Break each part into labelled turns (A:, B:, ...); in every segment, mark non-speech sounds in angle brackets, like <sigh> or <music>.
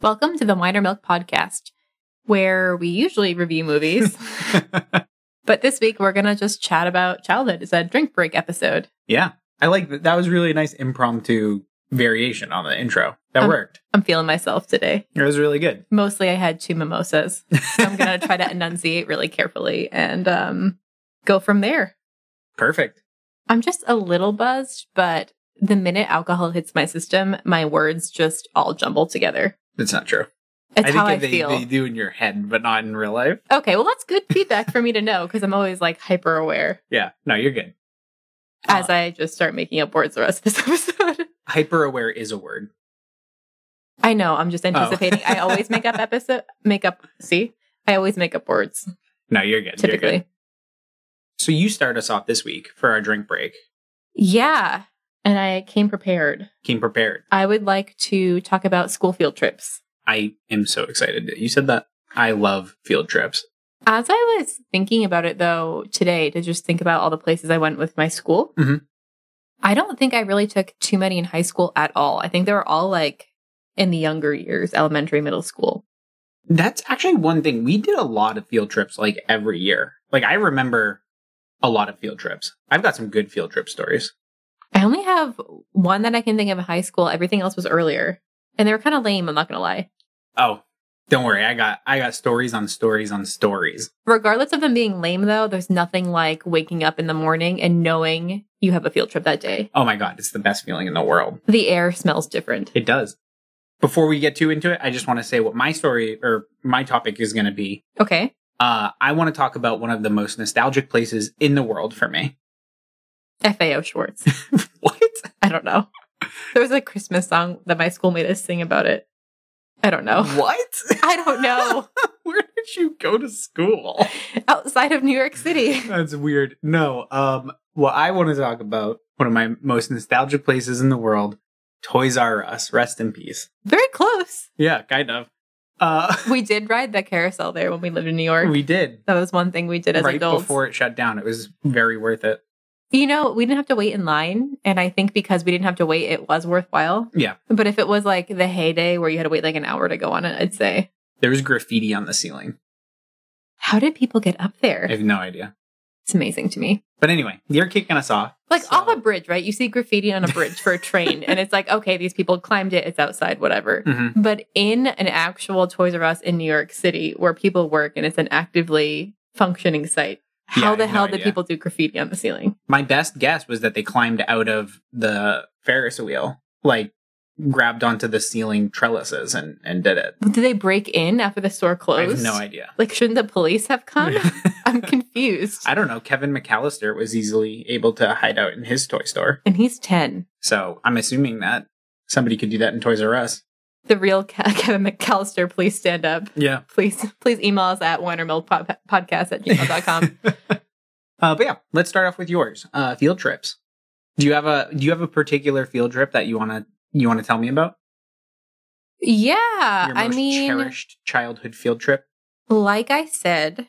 A: Welcome to the Minor Milk Podcast, where we usually review <laughs>
B: <laughs>
A: movies, but this week we're going to just chat about childhood. It's a drink break episode.
B: yeah. I like that. That was really a nice impromptu variation on the intro. That
A: Um,
B: worked.
A: I'm feeling myself today.
B: It was really good.
A: Mostly I had two mimosas. So <laughs> I'm going to
B: <laughs>
A: try to enunciate really carefully and um, go from there.
B: Perfect.
A: I'm just a little buzzed, but the minute alcohol hits my system, my words just all jumble together.
B: That's not true.
A: It's
B: I think
A: how I
B: they,
A: feel.
B: they do in your head, but not in real life.
A: Okay, well, that's good feedback for me to know because I'm always like hyper
B: <laughs>
A: aware
B: Yeah. No, you're good. Ah.
A: as I just start making up words the rest of this <laughs> episode.
B: Hyper aware is a word.
A: I know. I'm
B: Oh.
A: just anticipating. I always make up episode, make up. See, I always make up words
B: No, you're good. You're good.
A: typically.
B: So you start us off this week for our drink break.
A: Yeah, and I came prepared.
B: Came prepared.
A: I would like to talk about school field trips.
B: I am so excited that you said that. I love field trips.
A: As I was thinking about it though today, to just think about all the places I went with my school,
B: Mhm.
A: I don't think I really took too many in high school at all. I think they were all like in the younger years, elementary, middle school.
B: That's actually one thing. We did a lot of field trips like every year. Like I remember a lot of field trips. I've got some good field trip stories.
A: I only have one that I can think of in high school. Everything else was earlier, and they were kind of lame. I'm not gonna lie.
B: Oh, don't worry. I got I got stories on stories on stories.
A: regardless of them being lame though there's nothing like waking up in the morning and knowing you have a field trip that day
B: Oh my god, it's the best feeling in the world.
A: the air smells different
B: It does. Before we get too into it, I just want to say what my story or my topic is going to be.
A: okay
B: Uh, I want to talk about one of the most nostalgic places in the world for me. <laughs>
A: fao schwartz <laughs>
B: What?
A: i don't know there was a christmas song that my school made us sing about it i don't know <laughs>
B: What? <laughs>
A: i don't know
B: Where did you go to school?
A: outside of new york city
B: That's weird. No. Um. Well, I want to talk about one of my most nostalgic places in the world, Toys R Us. Rest in peace.
A: very close
B: Yeah, kind of. Uh,
A: we did ride the carousel there when we lived in new york
B: <laughs> we did
A: that was one thing we did as
B: right
A: adults
B: before it shut down. It was very worth it.
A: you know we didn't have to wait in line and i think because we didn't have to wait it was worthwhile
B: Yeah.
A: But if it was like the heyday where you had to wait like an hour to go on it, I'd say,
B: There was graffiti on the ceiling.
A: how did people get up
B: I
A: there?
B: have no idea.
A: It's amazing to me.
B: But anyway, you're kicking us off.
A: Like
B: So-
A: off a bridge, right? You see graffiti on a bridge
B: <laughs>
A: for a train, and it's like, okay, these people climbed it, it's outside, whatever.
B: Mhm.
A: But in an actual Toys R Us in New York City where people work and it's an actively functioning site,
B: Yeah, I
A: how the
B: have no
A: hell did
B: idea.
A: people do graffiti on the ceiling?
B: My best guess was that they climbed out of the Ferris wheel, like grabbed onto the ceiling trellises and and did it.
A: Did they break in after the store
B: I
A: closed?
B: have no idea.
A: Like, shouldn't the police have
B: <laughs>
A: come? I'm confused.
B: I don't know. Kevin McAllister was easily able to hide out in his toy store.
A: And he's 10.
B: So I'm assuming that somebody could do that in Toys R Us.
A: The real Ke- <laughs> Kevin McAllister, please stand up.
B: Yeah.
A: please please email us at winermilkpodcast at gmail.com
B: Uh, but yeah, let's start off with yours. Uh, field trips. Do you have a do you have a particular field trip that you wanna you wanna tell me about?
A: yeah
B: Your
A: Uh, i
B: most
A: mean
B: cherished childhood field trip.
A: like i said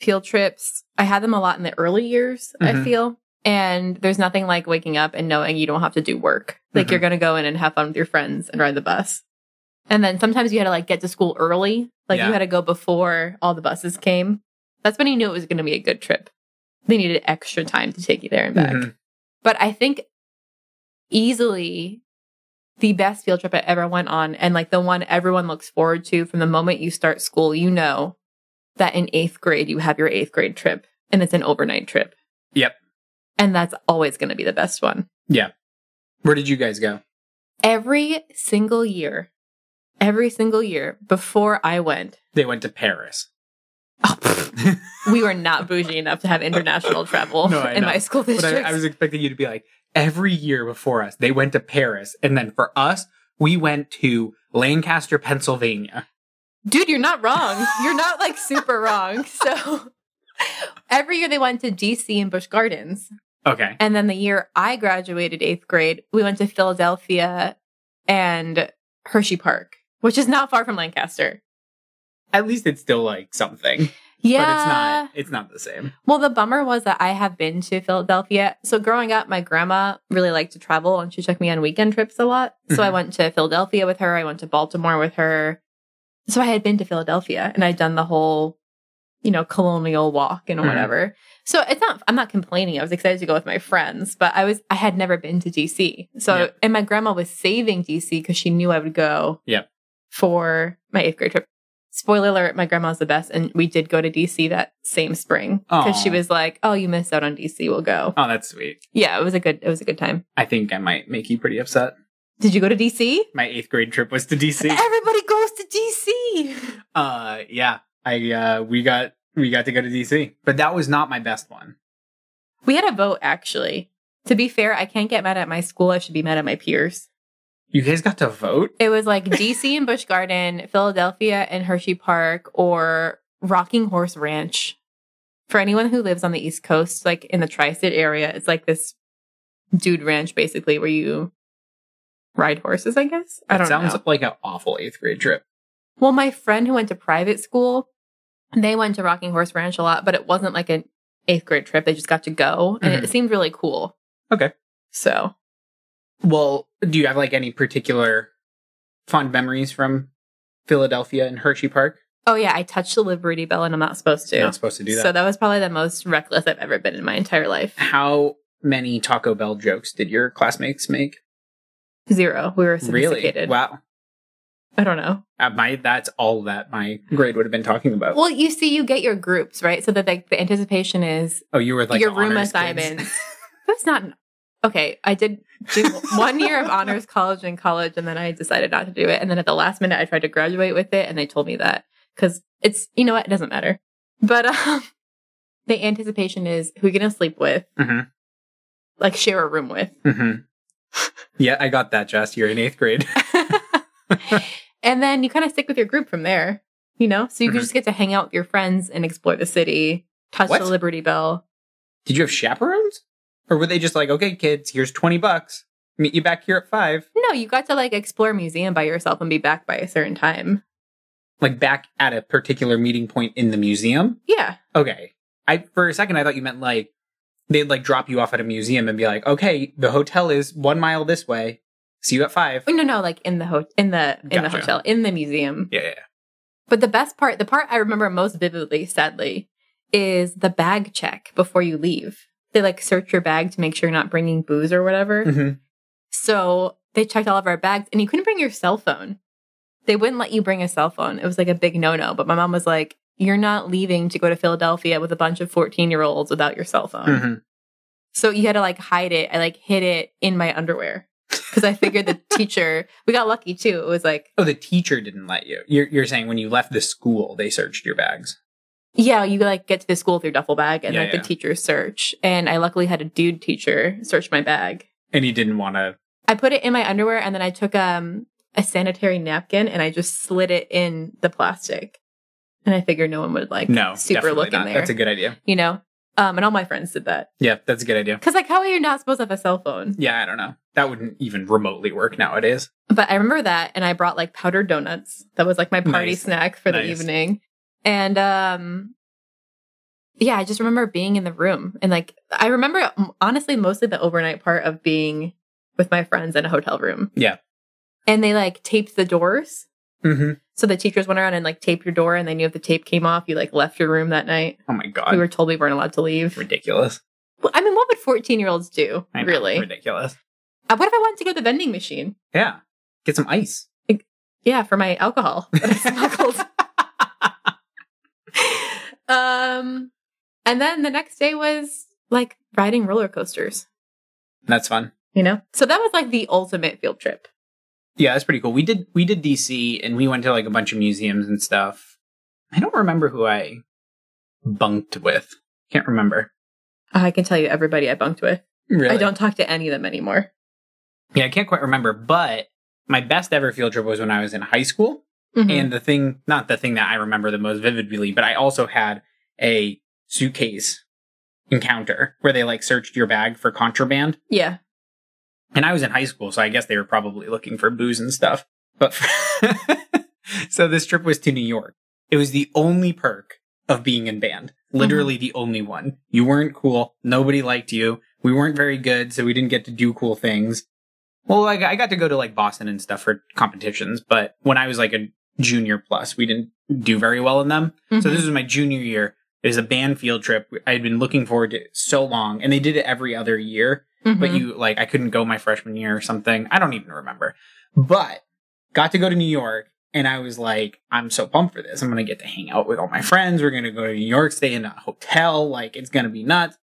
A: field trips i had them a lot in the early years i
B: Mhm.
A: feel and there's nothing like waking up and knowing you don't have to do work like
B: Mhm.
A: you're gonna go in and have fun with your friends and ride the bus and then sometimes you had to like get to school early like
B: Yeah.
A: you had to go before all the buses came that's when you knew it was gonna be a good trip they needed extra time to take you there and back
B: Mhm.
A: But I think easily the best field trip I ever went on, and like the one everyone looks forward to from the moment you start school, you know that in eighth grade, you have your eighth grade trip and it's an overnight trip.
B: Yep.
A: And that's always going to be the best one.
B: Where did you guys go?
A: Every single year, every single year before I went,
B: They went to Paris.
A: <laughs> we were not bougie enough to have international travel
B: <laughs> No, I
A: in
B: know.
A: my school
B: But
A: district.
B: I, I was expecting you to be like, every year before us, they went to Paris. And then for us, we went to Lancaster, Pennsylvania.
A: dude, you're not wrong. You're not like super wrong. <laughs> So every year they went to DC and Busch Gardens.
B: Okay.
A: And then the year I graduated eighth grade, we went to Philadelphia and Hershey Park, which is not far from Lancaster.
B: At least it's still like something.
A: Yeah.
B: But it's not it's not the same.
A: Well, the bummer was that I have been to Philadelphia. So growing up, my grandma really liked to travel and she took me on weekend trips a lot. So I
B: Mhm.
A: went to Philadelphia with her. I went to Baltimore with her. So I had been to Philadelphia and I'd done the whole, you know, colonial walk and
B: Mhm.
A: whatever. So it's not, I'm not complaining. I was excited to go with my friends, but I was, I had never been to DC. So,
B: Yep.
A: and my grandma was saving DC because she knew I would go
B: Yep.
A: for my eighth grade trip spoiler alert, my grandma's the best. And we did go to DC that same spring because she
B: Aw.
A: was like, oh, you missed out on DC. We'll go.
B: Oh, that's sweet.
A: Yeah, it was a good, it was a good time.
B: I think I might make you pretty upset.
A: Did you go to DC?
B: My eighth grade trip was to <laughs> DC.
A: Everybody goes to DC.
B: Uh, yeah, I uh, we got we got to go to DC, but that was not my best one.
A: We had a vote actually. To be fair, I can't get mad at my school. I should be mad at my peers.
B: You guys got to vote.
A: It was like DC and Busch Garden, Philadelphia and Hershey Park, or Rocking Horse Ranch. For anyone who lives on the East Coast, like in the tri state area, it's like this dude ranch basically where you ride horses, I guess. I
B: That
A: don't
B: sounds
A: know.
B: like an awful eighth grade trip.
A: Well, my friend who went to private school, they went to Rocking Horse Ranch a lot, but it wasn't like an eighth grade trip. They just got to go and it seemed really cool.
B: Mm-hmm. Okay.
A: So
B: Well, do you have like any particular fond memories from Philadelphia and Hershey Park?
A: oh yeah, I touched the Liberty Bell and I'm not supposed to.
B: You're not supposed to do that.
A: So that was probably the most reckless I've ever been in my entire life.
B: How many Taco Bell jokes did your classmates make?
A: Zero. We were
B: Really?
A: sophisticated.
B: Wow.
A: I don't know.
B: Uh, my that's all that my grade would have been talking about.
A: Well, you see, you get your groups right, so that like the anticipation is
B: oh, you were like
A: your
B: the
A: room
B: honors kids.
A: assignments. <laughs> That's not okay. I did do one year of honors college in college, and then I decided not to do it. And then at the last minute, I tried to graduate with it, and they told me that because it's you know what, it doesn't matter. But um, <laughs> the anticipation is who you're gonna sleep with,
B: Mhm.
A: like share a room with.
B: Mhm. Yeah, I got that, Jess. You're in eighth grade. <laughs>
A: <laughs> and then you kind of stick with your group from there, you know? So you
B: Mhm.
A: just get to hang out with your friends and explore the city, touch
B: What?
A: the Liberty Bell.
B: Did you have chaperones? Or were they just like, okay, kids, here's 20 bucks. Meet you back here at five.
A: No, you got to like explore a museum by yourself and be back by a certain time.
B: Like back at a particular meeting point in the museum?
A: Yeah.
B: Okay. I for a second I thought you meant like they'd like drop you off at a museum and be like, okay, the hotel is one mile this way. See you at five.
A: Oh, No, no, like in the ho- in the in the
B: Gotcha.
A: hotel, in the museum.
B: Yeah, yeah, yeah.
A: But the best part, the part I remember most vividly, sadly, is the bag check before you leave. They like search your bag to make sure you're not bringing booze or whatever.
B: Mhm.
A: So they checked all of our bags and you couldn't bring your cell phone. They wouldn't let you bring a cell phone. It was like a big no no. But my mom was like, You're not leaving to go to Philadelphia with a bunch of 14 year olds without your cell phone.
B: Mhm.
A: So you had to like hide it. I like hid it in my underwear because I figured
B: <laughs>
A: the teacher, we got lucky too. It was like,
B: Oh, the teacher didn't let you. You're, you're saying when you left the school, they searched your bags.
A: Yeah, you like get to the school with your duffel bag and
B: Yeah,
A: like
B: yeah.
A: the teachers search. And I luckily had a dude teacher search my bag.
B: And you didn't want to.
A: I put it in my underwear and then I took um a sanitary napkin and I just slid it in the plastic. And I figured no one would like
B: No.
A: super
B: definitely
A: look in
B: not.
A: there.
B: That's a good idea.
A: you know? Um and all my friends did that.
B: Yeah, that's a good idea.
A: Cause like how are you not supposed to have a cell phone?
B: Yeah, I don't know. That wouldn't even remotely work nowadays.
A: But I remember that, and I brought like powdered donuts. That was like my party
B: Nice.
A: snack for the
B: Nice.
A: evening. And um, yeah, I just remember being in the room, and like I remember m- honestly mostly the overnight part of being with my friends in a hotel room.
B: Yeah.
A: and they like taped the doors,
B: Mm-hmm.
A: so the teachers went around and like taped your door, and they knew if the tape came off, you like left your room that night.
B: Oh my god,
A: we were told we weren't allowed to leave.
B: ridiculous!
A: Well, I mean, what would fourteen-year-olds do?
B: I know,
A: Really?
B: ridiculous.
A: Uh, What if I wanted to go to the vending machine?
B: Yeah, get some
A: <laughs>
B: ice. <laughs>
A: Yeah, for my alcohol <laughs> that I smuggled. um, and then the next day was like riding roller coasters,
B: That's fun.
A: you know? So that was like the ultimate field trip.
B: Yeah, that's pretty cool. We did we did DC and we went to like a bunch of museums and stuff. I don't remember who I bunked with. Can't remember.
A: Uh, I can tell you everybody I bunked with.
B: Really?
A: I don't talk to any of them anymore.
B: Yeah, I can't quite remember. But my best ever field trip was when I was in high school.
A: Mhm.
B: And the thing, not the thing that I remember the most vividly, but I also had a suitcase encounter where they like searched your bag for contraband.
A: yeah.
B: and I was in high school, so I guess they were probably looking for booze and stuff. <laughs> But so this trip was to New York. It was the only perk of being in band. Literally the only one. You weren't cool. Nobody liked you. We weren't very good, so we didn't get to do cool things. Well, like I got to go to like Boston and stuff for competitions, but when I was like a junior plus, we didn't do very well in them. So this was my junior year. It was a band field trip. I had been looking forward to it so long, and they did it every other year
A: Mm-hmm.
B: but you like I couldn't go my freshman year or something. I don't even remember. But got to go to New York and I was like, I'm so pumped for this. I'm gonna get to hang out with all my friends. We're gonna go to New York, stay in a hotel, like it's gonna be nuts.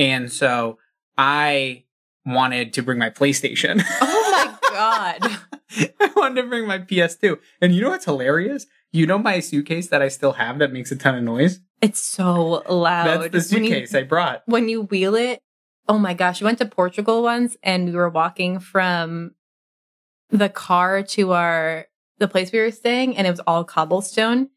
B: And so I wanted to bring my PlayStation.
A: oh my
B: <laughs>
A: god.
B: I wanted to bring my PS2. And you know what's hilarious? You know my suitcase that I still have that makes a ton of noise?
A: It's so loud.
B: That's the
A: Oh, When you-
B: suitcase I brought.
A: when you wheel it, oh my gosh, we went to Portugal once and we were walking from the car to our the place we were staying and it was all cobblestone.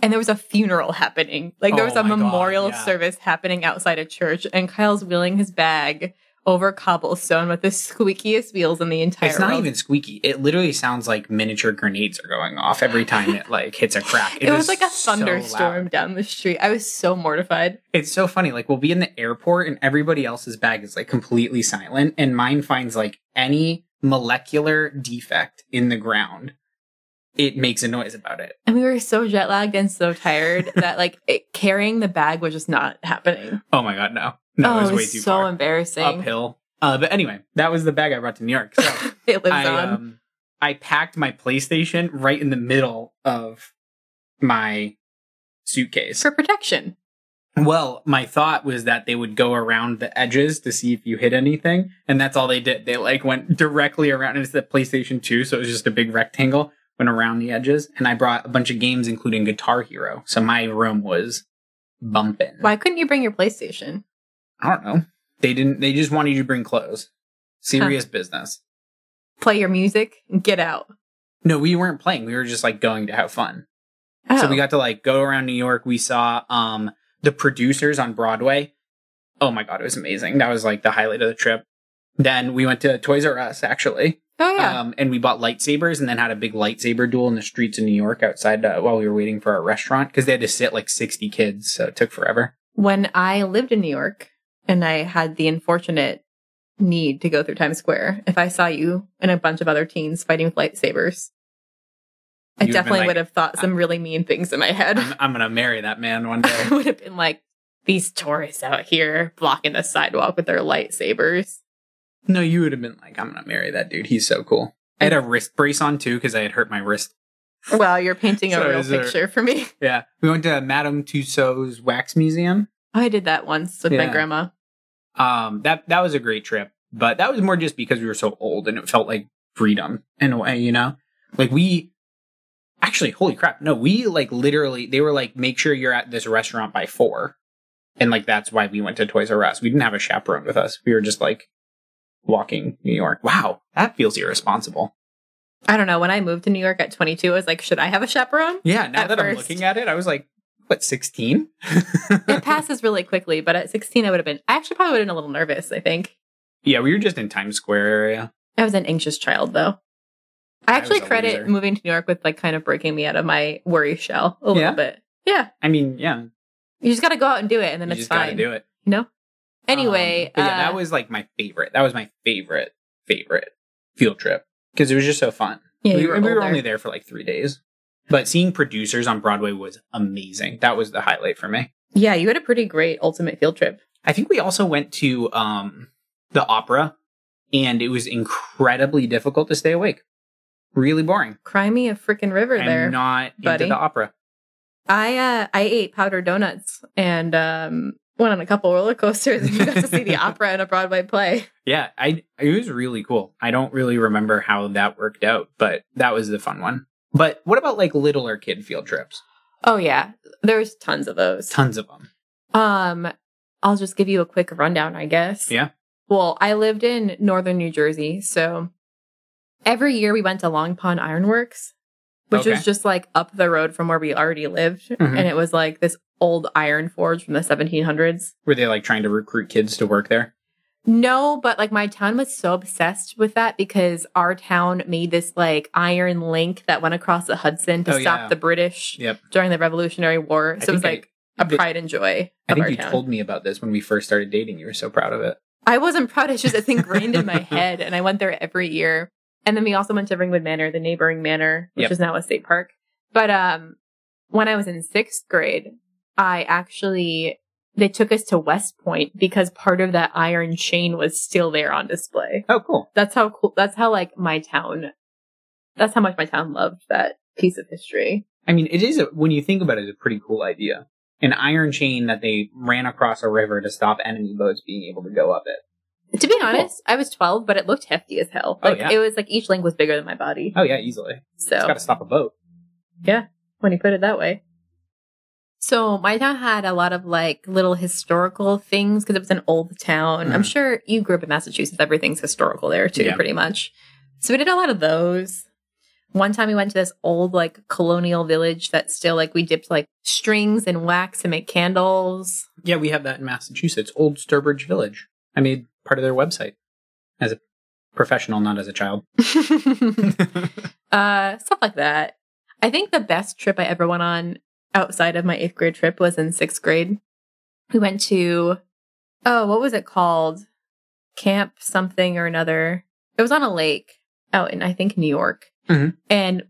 A: And there was a funeral happening. Like there
B: Oh
A: was a
B: my God,
A: memorial
B: yeah.
A: service happening outside a church and Kyle's wheeling his bag over cobblestone with the squeakiest wheels in the entire
B: It's not
A: world.
B: even squeaky. It literally sounds like miniature grenades are going off every time it like hits a crack.
A: it, was like a
B: so
A: thunderstorm
B: loud.
A: down the street. I was so mortified.
B: It's so funny. Like we'll be in the airport and everybody else's bag is like completely silent, and mine finds like any molecular defect in the ground. It makes a noise about it.
A: And we were so jet lagged and so
B: <laughs>
A: tired that like it, carrying the bag was just not happening.
B: Oh my god, no, no,
A: oh,
B: it was, way too
A: so
B: far
A: embarrassing.
B: uphill. Uh, but anyway, that was the bag I brought to New York. So
A: <laughs> It lives
B: I,
A: on.
B: um, I packed my PlayStation right in the middle of my suitcase.
A: for protection.
B: Well, my thought was that they would go around the edges to see if you hit anything, and that's all they did. They like went directly around, and it's the PlayStation 2, so it was just a big rectangle, went around the edges, and I brought a bunch of games, including Guitar Hero. So my room was bumping.
A: Why couldn't you bring your PlayStation?
B: I don't know. They didn't. They just wanted you to bring clothes. Serious business.
A: Play your music and get out.
B: No, we weren't playing. We were just like going to have fun.
A: Oh.
B: So we got to like go around New York. We saw um the producers on Broadway. Oh my god, it was amazing. That was like the highlight of the trip. Then we went to Toys R Us actually.
A: oh yeah.
B: Um and we bought lightsabers and then had a big lightsaber duel in the streets of New York outside uh, while we were waiting for our restaurant cuz they had to sit like 60 kids, so it took forever.
A: when I lived in New York and I had the unfortunate need to go through Times Square, if I saw you and a bunch of other teens fighting with lightsabers, I
B: You'd have been
A: definitely
B: like, uh,
A: would have thought some really mean things in my head.
B: I'm, I'm going to marry that man one day.
A: <laughs> I would have been like, these tourists out here blocking the sidewalk with their lightsabers.
B: no, you would have been like I'm going to marry that dude. He's so cool. I had a wrist brace on too cuz I had hurt my wrist.
A: Well, you're painting a
B: So
A: real
B: is there-
A: picture for me.
B: Yeah. We went to Madame Tussauds Wax Museum.
A: Oh, <laughs> I did that once with my
B: Yeah.
A: grandma.
B: Um, that that was a great trip, but that was more just because we were so old and it felt like freedom in a way, you know. Like we actually, holy crap, no, we like literally they were like, make sure you're at this restaurant by four, and like that's why we went to Toys R Us. We didn't have a chaperone with us. We were just like walking New York. Wow, that feels irresponsible.
A: I don't know. When I moved to New York at 22, I was like, should I have a <laughs> chaperone?
B: Yeah, now
A: At
B: that i I'm
A: first.
B: looking at it, I was like, what, sixteen? <laughs>
A: It passes really quickly, but at 16, I would have been, I actually probably would have been a little nervous, I think.
B: yeah, we were just in Times Square area.
A: I was an anxious child, though. I
B: I
A: actually
B: was a
A: credit
B: loser.
A: moving to New York with like kind of breaking me out of my worry shell a little
B: Yeah?
A: bit. Yeah.
B: I mean, yeah,
A: You just got to go out and do it, and then
B: you
A: it's
B: just
A: fine.
B: gotta do it.
A: You know? Anyway,
B: Um, but yeah,
A: uh,
B: that was like my favorite. That was my favorite favorite field trip because it was just so fun.
A: yeah,
B: we,
A: you
B: were,
A: were
B: we were
A: older.
B: only there for like three days, but seeing producers on Broadway was amazing. That was the highlight for me.
A: yeah, you had a pretty great ultimate field trip.
B: I think we also went to um, the opera, and it was incredibly difficult to stay awake. Really boring.
A: Cry me a freaking river there.
B: I'm not
A: buddy.
B: into the opera.
A: I uh, I ate powdered donuts and um, went on a couple roller coasters, and you got to see
B: <laughs>
A: the opera in a Broadway play.
B: Yeah, I it was really cool. I don't really remember how that worked out, but that was the fun one. But what about like littler kid field trips?
A: Oh yeah, there's tons of those.
B: Tons of them.
A: Um, I'll just give you a quick rundown, I guess.
B: Yeah.
A: Well, I lived in northern New Jersey, so every year we went to Long Pond Ironworks, which
B: Okay.
A: was just like up the road from where we already lived,
B: Mhm.
A: and it was like this old iron forge from the 1700s.
B: Were they like trying to recruit kids to work there?
A: No, but like my town was so obsessed with that because our town made this like iron link that went across the Hudson to
B: Oh,
A: stop
B: yeah.
A: the British
B: Yep.
A: during the Revolutionary War.
B: I
A: So it was
B: think I-
A: like a
B: thi-
A: pride and joy
B: I
A: of
B: think
A: our
B: you
A: town.
B: told me about this when we first started dating. You were so proud of it.
A: I wasn't proud. It's just it's ingrained in
B: <laughs>
A: my head, and I went there every year. And then we also went to Ringwood Manor, the neighboring manor, which
B: Yep.
A: is now a state park. But um, when I was in sixth grade, I actually they took us to West Point because part of that iron chain was still there on display.
B: Oh, cool.
A: That's how cool. That's how like my town. That's how much my town loved that piece of history.
B: I mean, it is a, when you think about it, it's a pretty cool idea. An iron chain that they ran across a river to stop enemy boats being able to go up it.
A: To be honest, I was twelve, but it looked hefty as hell.
B: Oh,
A: Like
B: yeah.
A: it was like each link was bigger than my body.
B: Oh yeah, easily.
A: So
B: It's got to stop a boat.
A: when you put it that way. So my town had a lot of like little historical things because it was an old town. I'm
B: Mhm.
A: sure you grew up in Massachusetts. Everything's historical there too,
B: Yeah.
A: pretty much. So we did a lot of those. One time we went to this old like colonial village that still like we dipped like strings and wax to make candles.
B: Yeah, we have that in Massachusetts, Old Sturbridge Village. I made part of their website as a professional, not as a <laughs> child.
A: <laughs> uh stuff like that. I think the best trip I ever went on outside of my eighth grade trip was in sixth grade. We went to oh, what was it called? Camp something or another. It was on a lake out in I think New York.
B: Mhm.
A: And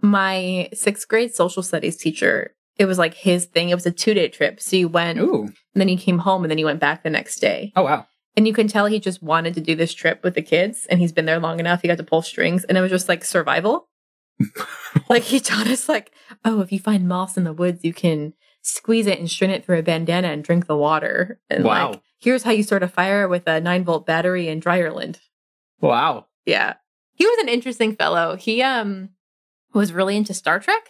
A: my sixth grade social studies teacher, it was like his thing. It was a two day trip. So you went and
B: Ooh.
A: then you came home and then you went back the next day.
B: Oh, wow.
A: And you can tell he just wanted to do this trip with the kids and he's been there long enough. He got to pull strings and it was just like survival. like he taught us like, oh, if you find moss in the woods, you can squeeze it and string it through a bandana and drink the water. And
B: Wow.
A: like, here's how you start a fire with a nine volt battery and dryer lint.
B: Wow.
A: Yeah. He was an interesting fellow. He um was really into Star Trek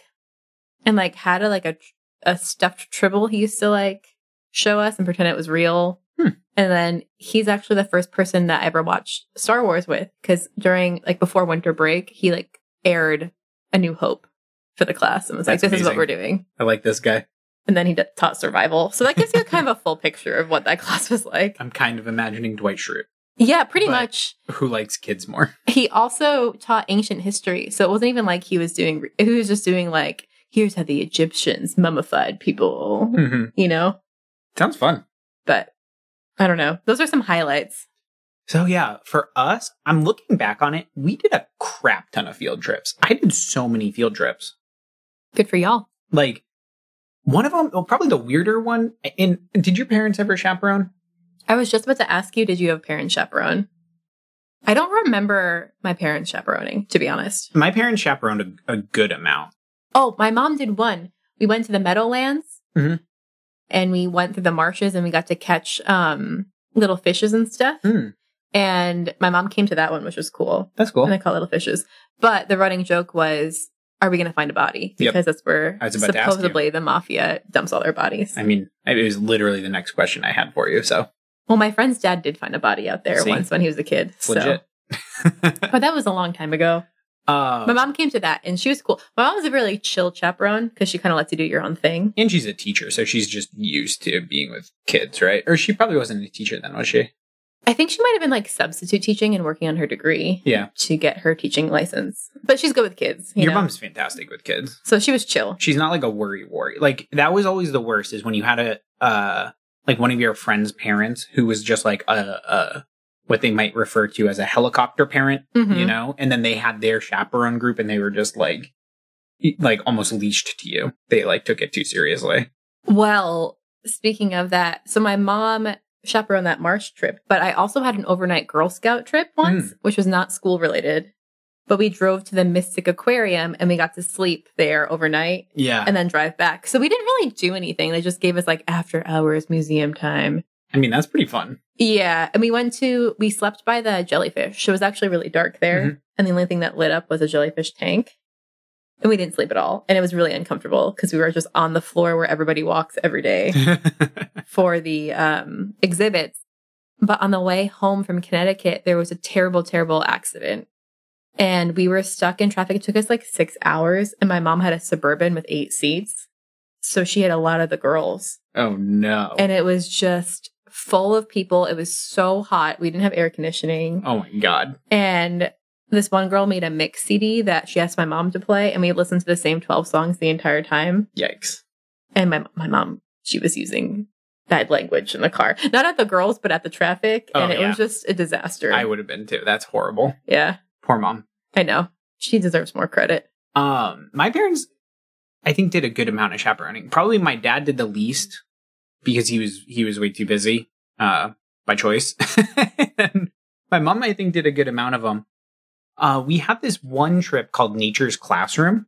A: and like had a like a a stuffed tribble he used to like show us and pretend it was real.
B: Hmm.
A: And then he's actually the first person that I ever watched Star Wars with cuz during like before winter break, he like aired A New Hope for the class and was
B: That's
A: like this is what
B: amazing.
A: we're doing.
B: I like this guy.
A: And then he d- taught survival. So that gives you kind of a full picture of what that <laughs> class was like.
B: I'm kind of imagining Dwight Schrute,
A: Yeah, pretty
B: But-
A: much.
B: who likes kids more.
A: He also taught ancient history. So it wasn't even like he was doing, he was just doing like, here's how the Egyptians mummified people,
B: Mm-hmm.
A: you know?
B: Sounds fun.
A: But I don't know. Those are some highlights.
B: So yeah, for us, I'm looking back on it, we did a crap ton of field trips. I did so many field trips.
A: Good for y'all.
B: Like one of them, well, probably the weirder one. And did your parents ever chaperone?
A: I was just about to ask you, did you have a parent chaperone? I don't remember my parents chaperoning, to be honest.
B: My parents chaperoned a, a good amount.
A: Oh, my mom did one. We went to the Meadowlands
B: Mhm.
A: and we went through the marshes and we got to catch um, little fishes and stuff.
B: Hmm,
A: And my mom came to that one, which was cool.
B: that's cool.
A: and they call little fishes. But the running joke was, are we going to find a body?
B: Yep.
A: Because that's where
B: I was about to ask you.
A: supposedly the mafia dumps all their bodies.
B: I mean, it was literally the next question I had for you. So
A: Well, my friend's dad did find a body out there
B: See?
A: once when he was a kid.
B: it's
A: so.
B: legit.
A: <laughs> But that was a long time ago.
B: uh,
A: My mom came to that and she was cool. My mom was a really chill chaperone because she kind of lets you do your own thing.
B: and she's a teacher, so she's just used to being with kids, right? Or she probably wasn't a teacher then, was she?
A: I think she might have been like substitute teaching and working on her degree
B: Yeah.
A: to get her teaching license. But she's good with kids. You
B: Your
A: know?
B: mom's fantastic with kids.
A: So she was chill.
B: she's not like a worry worry. Like that was always the worst is when you had a uh like one of your friend's parents who was just like a, a what they might refer to as a helicopter parent,
A: Mhm.
B: you know, and then they had their chaperone group and they were just like e- like almost leashed to you. They like took it too seriously.
A: Well, speaking of that, so my mom chaperoned that March trip, but I also had an overnight Girl Scout trip once, which was not school related. But we drove to the Mystic Aquarium and we got to sleep there overnight
B: Yeah.
A: and then drive back. So we didn't really do anything. They just gave us like after hours museum time.
B: I mean, that's pretty fun. <laughs>
A: Yeah. And we went to, we slept by the jellyfish. It was actually really dark there. And the only thing that lit up was a jellyfish tank. And we didn't sleep at all. And it was really uncomfortable because we were just on the floor where everybody walks every day for the um, exhibits. But on the way home from Connecticut, there was a terrible, terrible accident. And we were stuck in traffic. It took us like six hours. And my mom had a suburban with eight seats. So she had a lot of the girls.
B: oh no.
A: And it was just full of people. It was so hot. We didn't have air conditioning.
B: Oh my god.
A: And this one girl made a mix CD that she asked my mom to play, and we listened to the same 12 songs the entire time.
B: Yikes.
A: And my, my mom, she was using bad language in the car, not at the girls, but at the traffic.
B: Oh,
A: and it
B: yeah.
A: was just a disaster.
B: I would have been too. That's horrible.
A: yeah,
B: Poor mom.
A: I know. She deserves more credit.
B: Um, my parents, I think, did a good amount of chaperoning. Probably my dad did the least because he was he was way too busy, uh, by choice. <laughs> and my mom, I think, did a good amount of them. Uh, we had this one trip called Nature's Classroom.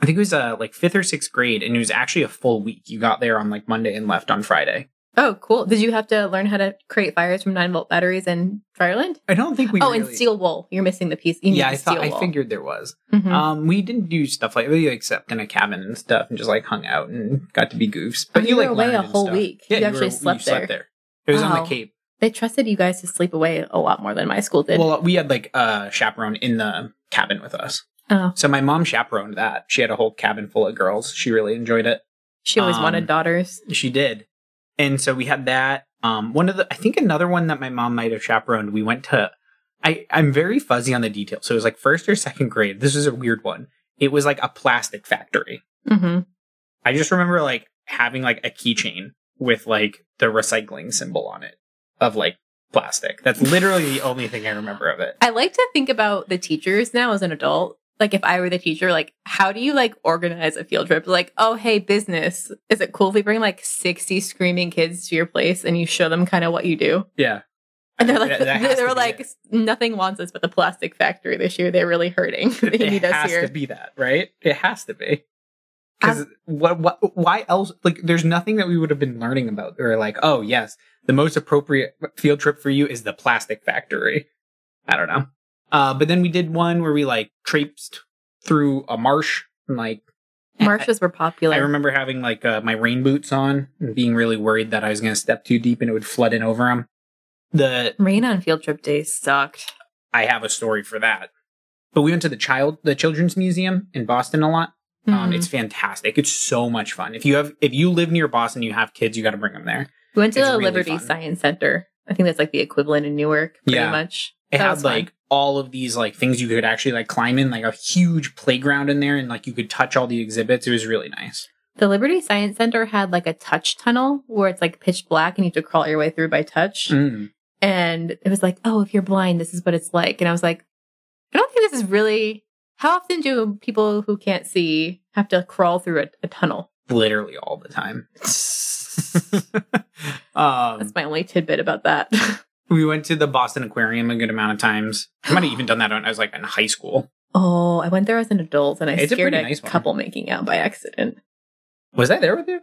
B: I think it was uh like fifth or sixth grade, and it was actually a full week. You got there on like Monday and left on Friday.
A: Oh, cool. Did you have to learn how to create fires from 9 volt batteries in Fireland?
B: I don't think we.
A: oh,
B: really...
A: and steel wool. You're missing the piece. You need
B: yeah,
A: the
B: I thought
A: steel
B: I
A: wool.
B: figured there was.
A: Mhm.
B: Um, we didn't do stuff like we like slept in a cabin and stuff, and just like hung out and got to be goofs. But
A: Oh,
B: you
A: you were
B: like
A: away
B: learned
A: a
B: and
A: whole
B: stuff.
A: week.
B: Yeah,
A: You actually slept there.
B: It was on the
A: Wow.
B: Cape.
A: they trusted you guys to sleep away a lot more than my school did.
B: Well, we had like a chaperone in the cabin with us.
A: oh,
B: So my mom chaperoned that. She had a whole cabin full of girls. She really enjoyed it.
A: she always
B: um,
A: wanted daughters.
B: She did. And so we had that. Um, one of the, I think another one that my mom might have chaperoned, we went to, I, I'm very fuzzy on the details. So it was like first or second grade. This is a weird one. It was like a plastic factory.
A: hmm
B: I just remember like having like a keychain with like the recycling symbol on it of like plastic. That's literally the only thing I remember of it.
A: I like to think about the teachers now as an adult. Like if I were the teacher, like how do you like organize a field trip? Like, oh hey, business. Is it cool if we bring like sixty screaming kids to your place and you show them kind of what you do?
B: Yeah.
A: And they're like,
B: That- that has
A: <laughs> they
B: to
A: were
B: be
A: like,
B: it.
A: nothing wants us but the plastic factory this year. They're really hurting. <laughs> they
B: it
A: need us
B: has
A: here. Um,
B: to be that, right? It has to be. Because what, what, why else? Like, there's nothing that we would have been learning about. Or like, oh yes, the most appropriate field trip for you is the plastic factory. I don't know. Uh, but then we did one where we like traipsed through a marsh and like
A: Marshes were popular.
B: I remember having like uh, my rain boots on and being really worried that I was going to step too deep and it would flood in over them. The
A: Rain on field trip days sucked.
B: I have a story for that. But we went to the child the children's museum in Boston a lot. Um,
A: Mhm.
B: it's fantastic. It's so much fun. If you have if you live near Boston, you have kids, you got to bring them there.
A: We went to
B: It's
A: the
B: really
A: Liberty
B: fun.
A: Science Center. I think that's like the equivalent in Newark, pretty
B: Yeah.
A: much.
B: It
A: That
B: had
A: was fun.
B: like all of these like things you could actually like climb in, like a huge playground in there, and like you could touch all the exhibits. It was really nice.
A: the Liberty Science Center had like a touch tunnel where it's like pitch black and you have to crawl your way through by touch.
B: Mm.
A: And it was like, oh, if you're blind, this is what it's like. And I was like, I don't think this is really. How often do people who can't see have to crawl through a, a tunnel?
B: Literally all the time. <laughs> um,
A: That's my only tidbit about that. <laughs>
B: We went to the Boston Aquarium a good amount of times. I might have even done that when I was like in high school.
A: oh, I went there as an adult and I
B: It's a
A: scared
B: pretty
A: a,
B: nice one.
A: couple making out by accident.
B: Was I there with you?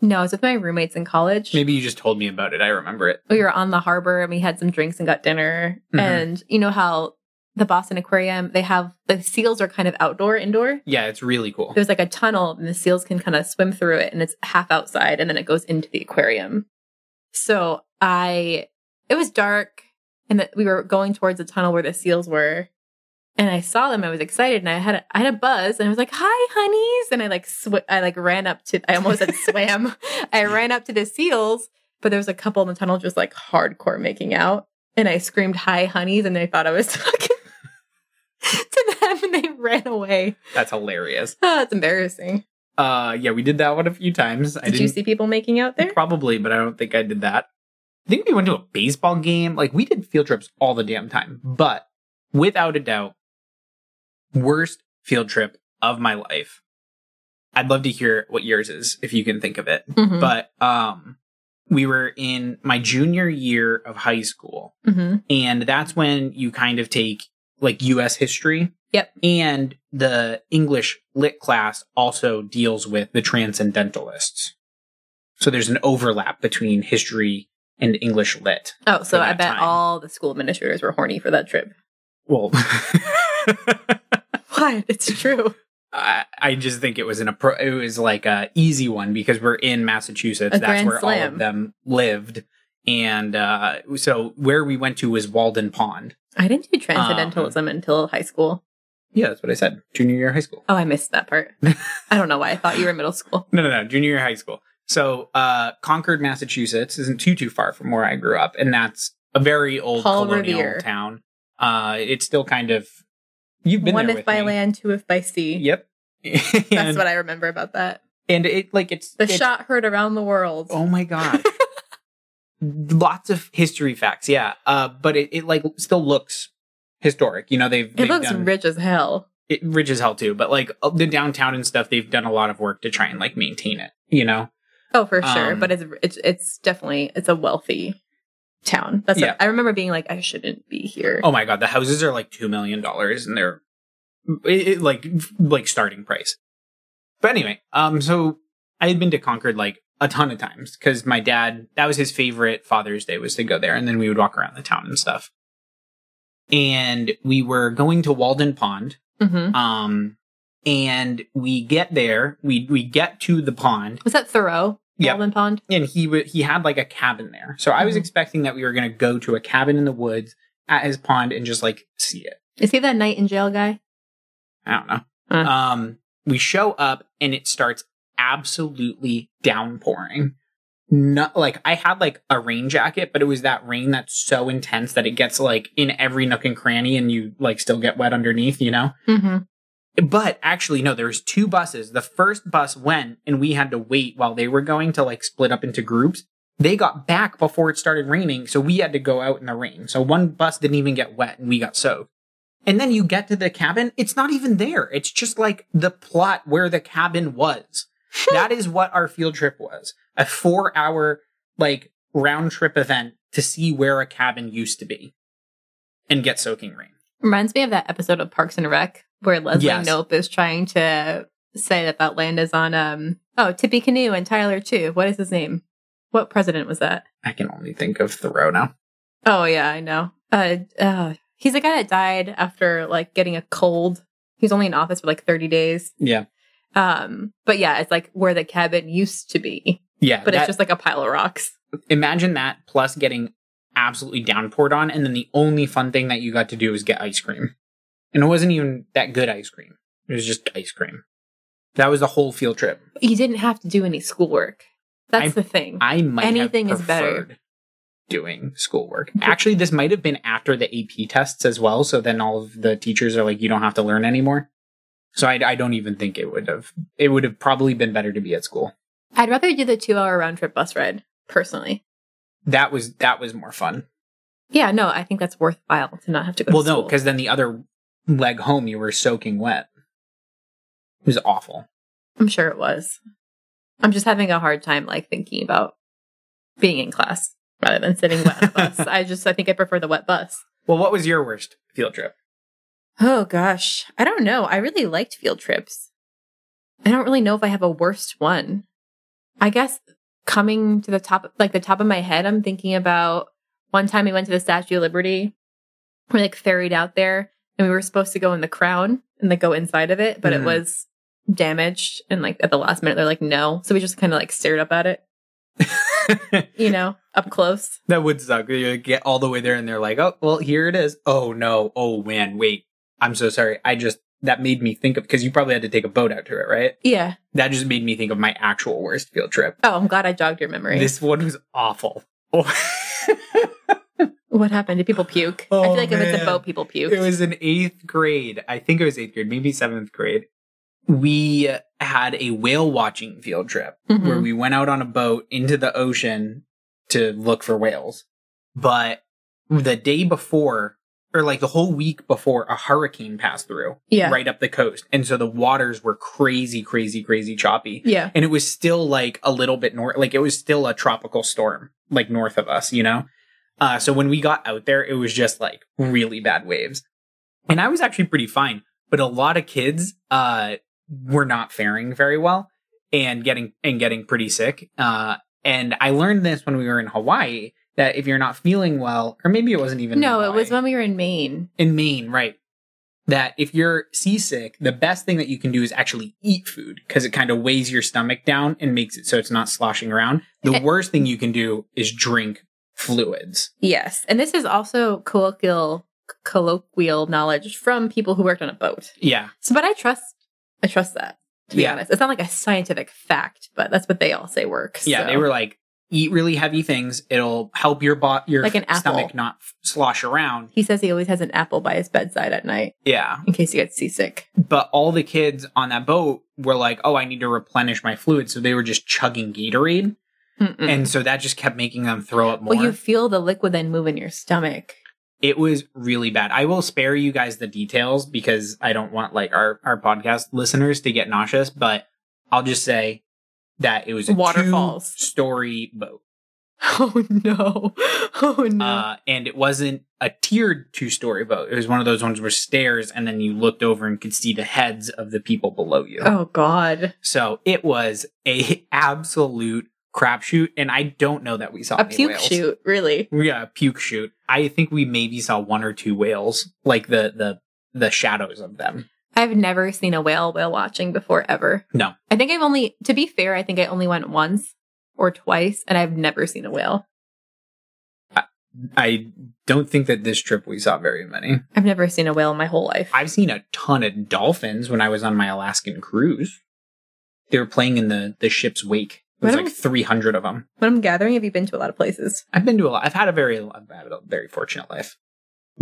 A: No, I was with my roommates in college.
B: Maybe you just told me about it. I remember it.
A: we were on the harbor and we had some drinks and got dinner.
B: Mhm.
A: And you know how the Boston Aquarium, they have the seals are kind of outdoor, indoor.
B: Yeah, it's really cool.
A: There's like a tunnel and the seals can kind of swim through it and it's half outside and then it goes into the aquarium. So I, it was dark and that we were going towards the tunnel where the seals were. And I saw them. I was excited, and I had a, I had a buzz, and I was like, "Hi, honeys!" And I like sw- I like ran up to I almost said swam. <laughs> I ran up to the seals, but there was a couple in the tunnel just like hardcore making out, and I screamed, "Hi, honeys!" And they thought I was <laughs> talking to them, and they ran away.
B: That's hilarious.
A: Oh, it's embarrassing.
B: Uh, yeah, we did that one a few times. I
A: Did you see people making out there?
B: Probably, but I don't think I did that. I think we went to a baseball game. Like we did field trips all the damn time. But without a doubt, worst field trip of my life. I'd love to hear what yours is if you can think of it.
A: Mhm,
B: but um we were in my junior year of high school
A: mhm.
B: and that's when you kind of take like US history
A: Yep.
B: and the English lit class also deals with the transcendentalists so there's an overlap between history and English lit <laughs>
A: Oh,
B: For
A: so I
B: that
A: bet
B: time.
A: all the school administrators were horny for that trip.
B: well
A: <laughs> What? It's true.
B: I, I just think it was an appro- it was like a easy one because we're in Massachusetts.
A: A
B: That's
A: grand
B: where all of
A: slam.
B: them lived, and uh, so where we went to was Walden Pond.
A: I didn't do transcendentalism
B: Um,
A: until high school.
B: Yeah, that's what I said. Junior year of high school. <laughs>
A: Oh, I missed that part. I don't know why I thought you were in middle school.
B: No, no, no. Junior year of high school. So uh, Concord, Massachusetts, isn't too too far from where I grew up, and that's a very old
A: Paul
B: colonial
A: Revere.
B: town. Uh, it's still kind of you've been
A: One
B: there
A: if
B: with
A: by
B: me.
A: land, two if by sea.
B: Yep, <laughs>
A: That's
B: and,
A: what I remember about that.
B: and it like it's
A: The
B: it's-
A: shot heard around the world.
B: Oh my god. <laughs> Lots of history facts, yeah. Uh, but it, it like still looks historic. You know, they've,
A: it
B: they've
A: looks
B: done
A: rich as hell.
B: it, rich as hell too. But like uh, the downtown and stuff, they've done a lot of work to try and like maintain it. You know,
A: Oh, for sure.
B: Um,
A: but it's, it's it's definitely it's a wealthy town. That's
B: Yeah.
A: what, I remember being like, I shouldn't be here.
B: oh my god, the houses are like two million dollars, and they're it, it, like f- like starting price. But anyway, um, so I had been to Concord like a ton of times because my dad that was his favorite Father's Day was to go there, and then we would walk around the town and stuff. And we were going to Walden Pond,
A: Mhm.
B: Um, and we get there, we we get to the pond,
A: Was that Thoreau?
B: Yeah.
A: Walden Pond.
B: and he w- he had like a cabin there. So I was
A: Mhm.
B: expecting that we were gonna go to a cabin in the woods at his pond and just like see it.
A: Is he that night in jail guy?
B: I don't know.
A: Huh.
B: Um, we show up and it starts absolutely downpouring. Not like I had like a rain jacket, but it was that rain that's so intense that it gets like in every nook and cranny, and you like still get wet underneath, you know.
A: Mm-hmm.
B: But actually, no, there was two buses. The first bus went and we had to wait while they were going to like split up into groups. They got back before it started raining, so we had to go out in the rain. So one bus didn't even get wet and we got soaked. And then you get to the cabin, it's not even there. It's just like the plot where the cabin was. that is what our field trip was. A four hour like round trip event to see where a cabin used to be and get soaking rain.
A: Reminds me of that episode of Parks and Rec where Leslie
B: Yes.
A: Nope is trying to say that that land is on um oh Tippy Canoe and Tyler too. What is his name? What president was that?
B: I can only think of Thoreau now.
A: Oh yeah, I know. Uh, uh he's a guy that died after like getting a cold. He was only in office for like 30 days.
B: Yeah.
A: Um, but yeah, it's like where the cabin used to be,
B: Yeah.
A: but
B: that-
A: it's just like a pile of rocks.
B: imagine that plus getting absolutely downpoured on and then the only fun thing that you got to do was get ice cream and it wasn't even that good ice cream it was just ice cream that was the whole field trip
A: You didn't have to do any schoolwork. That's
B: I'm-
A: the thing.
B: i might
A: Anything
B: have
A: is better.
B: preferred doing schoolwork actually this might have been after the ap tests as well so then all of the teachers are like you don't have to learn anymore so i, I don't even think it would have it would have probably been better to be at school
A: I'd rather do the two hour round trip bus ride personally.
B: that was that was more fun
A: Yeah, no, I think that's worthwhile to not have to go.
B: Well,
A: to
B: no,
A: school.
B: because then the other leg home, you were soaking wet. It was awful.
A: I'm sure it was. I'm just having a hard time like thinking about being in class rather than sitting wet on a
B: <laughs>
A: bus. I just I think I prefer the wet bus.
B: Well, what was your worst field trip?
A: Oh gosh, I don't know. I really liked field trips. I don't really know if I have a worst one. I guess coming to the top, like the top of my head, I'm thinking about one time we went to the Statue of Liberty. We like ferried out there, and we were supposed to go in the crown and like go inside of it, but
B: Mhm.
A: it was damaged. And like at the last minute, they're like, "No," so we just kind of like stared up at it,
B: <laughs>
A: you know, up close.
B: that would suck. You get all the way there and they're like, oh, well, here it is. Oh, no. Oh, man. Wait. I'm so sorry. I just, that made me think of, because you probably had to take a boat out to it, right?
A: Yeah.
B: That just made me think of my actual worst field trip.
A: Oh, I'm glad I jogged your memory.
B: This one was awful. <laughs> Oh,
A: what happened? Did people puke? I
B: Oh,
A: feel like if it's
B: man.
A: a boat, people puke.
B: It was in eighth grade. I think it was eighth grade, maybe seventh grade. We had a whale watching field trip
A: Mhm.
B: where we went out on a boat into the ocean to look for whales. But the day before, or like the whole week before, a hurricane passed through
A: yeah.
B: right up the coast. And so the waters were crazy, crazy, crazy choppy.
A: Yeah.
B: And it was still like a little bit north, like it was still a tropical storm, like north of us, you know? Uh, so when we got out there, it was just like really bad waves. And I was actually pretty fine, but a lot of kids, uh, were not faring very well and getting, and getting pretty sick. Uh, and I learned this when we were in Hawaii that if you're not feeling well, or maybe it wasn't even in
A: No, it was
B: Hawaii
A: when we were in Maine.
B: in Maine, right? That if you're seasick, the best thing that you can do is actually eat food because it kind of weighs your stomach down and makes it so it's not sloshing around. The
A: Okay.
B: worst thing you can do is drink fluids.
A: Yes. And this is also colloquial colloquial knowledge from people who worked on a boat.
B: Yeah.
A: So but I trust I trust that. to be
B: Yeah.
A: honest. It's not like a scientific fact, but that's what they all say works.
B: Yeah,
A: so.
B: they were like, eat really heavy things. It'll help your bo- your
A: Like an apple.
B: stomach not f- slosh around.
A: He says he always has an apple by his bedside at night
B: Yeah,
A: in case he gets seasick.
B: but all the kids on that boat were like, "Oh, I need to replenish my fluid," so they were just chugging Gatorade,
A: Mm-mm.
B: and so that just kept making them throw up more.
A: Hmm. well, you feel the liquid then move in your
B: <laughs>
A: stomach.
B: it was really bad. I will spare you guys the details because I don't want like our our podcast listeners to get nauseous, but I'll just say that it was a
A: Waterfalls.
B: story boat.
A: Oh
B: <laughs>
A: no! Oh no!
B: Uh, and it wasn't a tiered two story boat. It was one of those ones where stairs and then you looked over and could see the heads of the people below you.
A: oh god!
B: So it was a <laughs> absolute crapshoot. And I don't know that we saw
A: A
B: any
A: puke
B: whales.
A: shoot, really?
B: Yeah, a puke shoot. I think we maybe saw one or two whales, like the, the, the shadows of them.
A: I've never seen a whale whale watching before ever.
B: No.
A: I think I've only, to be fair, I think I only went once or twice, and I've never seen a whale.
B: I don't think that this trip we saw very many.
A: I've never seen a whale in my whole life.
B: I've seen a ton of dolphins when I was on my Alaskan cruise. They were playing in the, the ship's wake. There's
A: What
B: like
A: else?
B: 300 of them.
A: What I'm gathering, have you been to a lot of places?
B: I've been to a lot. I've had a very, I've had a very fortunate life.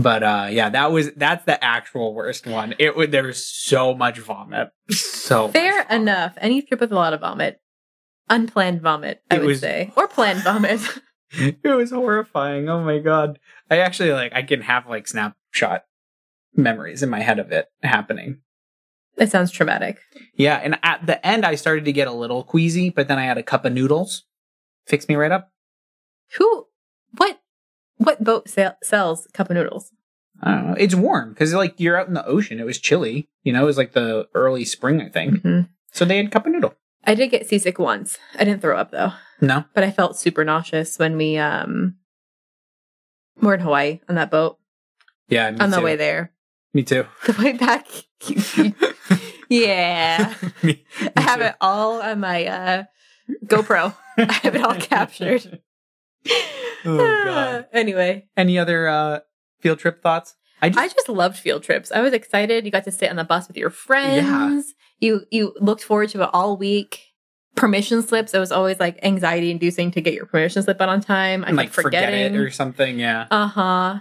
B: But uh yeah, that was that's the actual worst one. It would there was so much vomit, so much
A: Fair
B: vomit.
A: enough. Any trip with a lot of vomit, unplanned vomit, I
B: It
A: would
B: was-
A: say, or
B: <laughs>
A: planned vomit. <laughs>
B: It was horrifying. Oh my god! I actually like I can have like snapshot memories in my head of it happening.
A: that sounds traumatic.
B: Yeah, and at the end I started to get a little queasy, but then I had a cup of noodles, fixed me right up.
A: Who? What? What boat sell, sells cup of noodles?
B: I don't know. It's warm because like you're out in the ocean. It was chilly. You know, it was like the early spring, I think.
A: Mhm.
B: So they had cup of noodle.
A: I did get seasick once. I didn't throw up though.
B: No,
A: but I felt super nauseous when we um were in Hawaii on that boat
B: yeah, me
A: on the
B: too.
A: way there. <laughs>
B: Me too.
A: The way back, <laughs> yeah,
B: Me- <laughs> me
A: <laughs> I have
B: too.
A: it all on my uh GoPro. <laughs> I have
B: <laughs>
A: it all captured.
B: Oh god.
A: <laughs> anyway,
B: Any other uh field trip thoughts? I just
A: I just loved field trips. I was excited. You got to sit on the bus with your friends. You you looked forward to it all week. Permission slips. It was always like anxiety inducing to get your permission slip out on time. I
B: like
A: kept
B: forget
A: forgetting.
B: it or something. Yeah.
A: uh huh.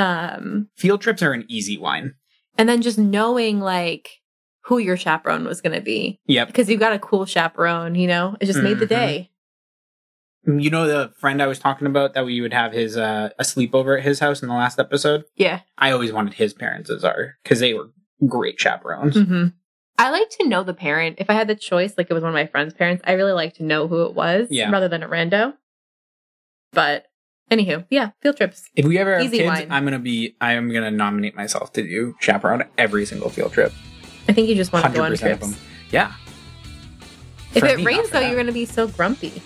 A: Um,
B: Field trips are an easy wine.
A: and then just knowing like who your chaperone was going to be
B: Yep.
A: because you got a cool chaperone you know it just made the
B: Mhm.
A: day
B: Mm, You know the friend I was talking about that we would have his uh a sleepover at his house in the last episode?
A: yeah
B: I always wanted his parents as our because they were great chaperones.
A: hmm i like to know the parent if i had the choice like it was one of my friend's parents i really like to know who it was
B: Yeah.
A: rather than a rando but anywho yeah field trips
B: If we ever have
A: Easy
B: kids,
A: wine.
B: I'm gonna be I am gonna nominate myself to do chaperone every single field trip.
A: i think you just want to
B: Hundred
A: go on
B: percent of
A: trips
B: them. Yeah.
A: if
B: For
A: it
B: me, not
A: rains
B: for
A: though
B: them.
A: you're going to be so grumpy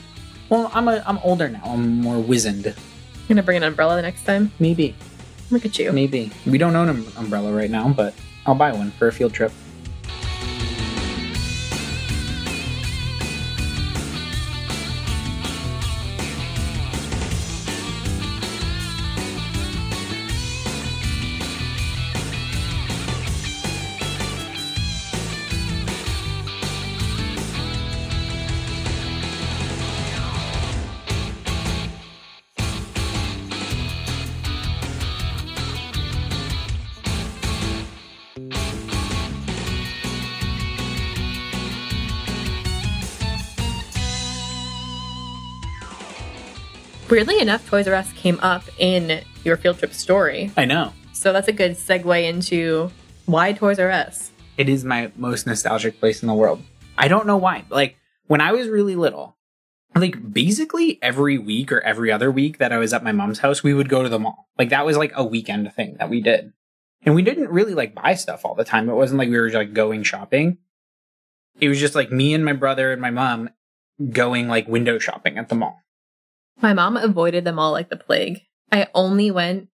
B: well, I'm a I'm older now. I'm more wizened.
A: you're going to bring an umbrella the next time
B: Maybe,
A: look at you
B: maybe we don't own an umbrella right now, but I'll buy one for a field trip.
A: weirdly enough toys r us came up in your field trip story
B: I know
A: so that's a good segue into why toys r us
B: it is my most nostalgic place in the world. I don't know why. Like when I was really little, like basically every week or every other week that I was at my mom's house, we would go to the mall. Like that was like a weekend thing that we did. And we didn't really like buy stuff all the time. It wasn't like we were like going shopping. It was just like me and my brother and my mom going like window shopping at the mall.
A: My mom avoided them all like the plague. I only went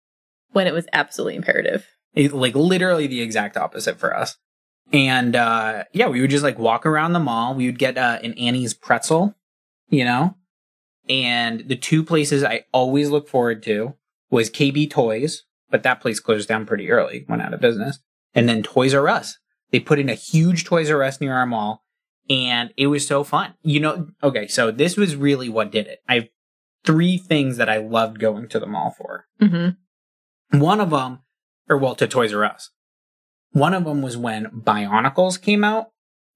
A: when it was absolutely imperative.
B: It, like literally the exact opposite for us. And uh yeah, we would just like walk around the mall. We would get uh, an Annie's pretzel, you know? And the two places I always look forward to was KB Toys, but that place closed down pretty early, went out of business. And then Toys R Us. They put in a huge Toys R Us near our mall and it was so fun. You know, okay, so this was really what did it. I have three things that I loved going to the mall for.
A: hmm
B: One of them, or well, to Toys R Us. One of them was when Bionicles came out.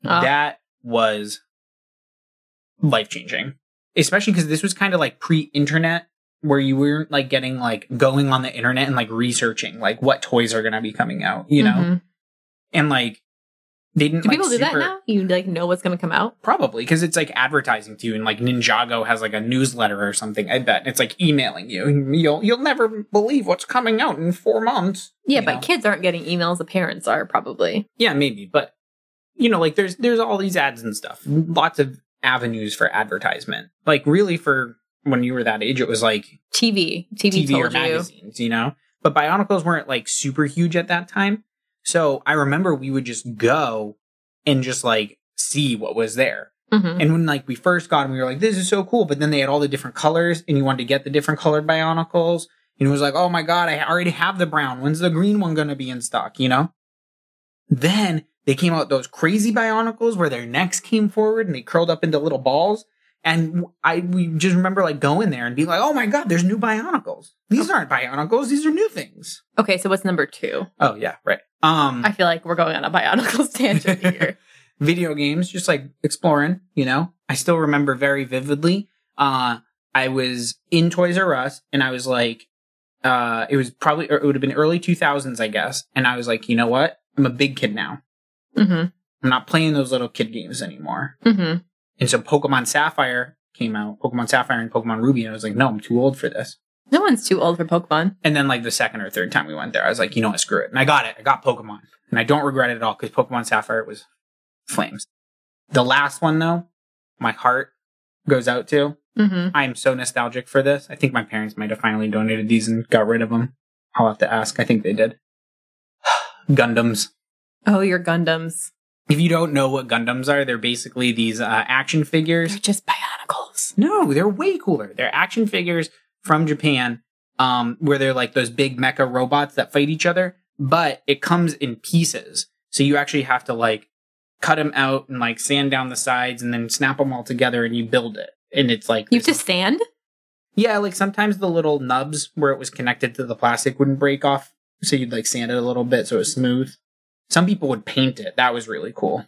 A: Ah.
B: That was life changing, especially because this was kind of like pre internet where you weren't like getting like going on the internet and like researching like what toys are going to be coming out, you know? And like they didn't
A: Mm-hmm. Do
B: like,
A: people do that
B: super-
A: now? You like know what's going to come out?
B: Probably because it's like advertising to you, and like Ninjago has like a newsletter or something. I bet it's like emailing you. and You'll you'll never believe what's coming out in four months.
A: Yeah,
B: you
A: but
B: know?
A: kids aren't getting emails. The parents are probably.
B: yeah, maybe, but you know, like there's there's all these ads and stuff.
A: Mm-hmm.
B: Lots of avenues for advertisement. Like really, for when you were that age, it was like
A: TV, TV,
B: TV or
A: told you.
B: magazines, you know? But Bionicles weren't like super huge at that time. So I remember we would just go and just like see what was there.
A: Mhm.
B: And when like we first got them, we were like, this is so cool. But then they had all the different colors and you wanted to get the different colored bionicles. And it was like, oh my God, I already have the brown. When's the green one going to be in stock? You know? Then they came out with those crazy bionicles where their necks came forward and they curled up into little balls. And I, we just remember like going there and being like, oh my God, there's new bionicles. These aren't bionicles. These are new things.
A: Okay, so what's number two?
B: Oh yeah. Right. Um,
A: I feel like we're going on a Bionicles <laughs> tangent here.
B: video games, just like exploring, you know. I still remember very vividly. Uh I was in Toys R Us and I was like uh it was probably or it would have been early 2000s I guess and I was like, "You know what? I'm a big kid now.
A: Mm-hmm.
B: I'm not playing those little kid games anymore."
A: Mm-hmm.
B: And so Pokemon Sapphire came out, Pokemon Sapphire and Pokemon Ruby and I was like, "No, I'm too old for this."
A: No one's too old for Pokemon.
B: And then like the second or third time we went there, I was like, "You know what? Screw it." And I got it. I got Pokemon. And I don't regret it at all cuz Pokemon Sapphire was flames. The last one though, my heart goes out to.
A: Mm-hmm.
B: I'm so nostalgic for this. I think my parents might have finally donated these and got rid of them. I'll have to ask. I think they did. <sighs> Gundams.
A: Oh, your Gundams.
B: If you don't know what Gundams are, they're basically these uh, action
A: They're
B: figures.
A: just Bionicles.
B: No, they're way cooler. They're action figures from Japan, um, where they're like those big mecha robots that fight each other, but it comes in pieces. So you actually have to like cut them out and like sand down the sides and then snap them all together and you build it. And it's like
A: You have
B: this-
A: to sand?
B: yeah, like sometimes the little nubs where it was connected to the plastic wouldn't break off, so you'd like sand it a little bit so it was smooth. Some people would paint it. That was really cool.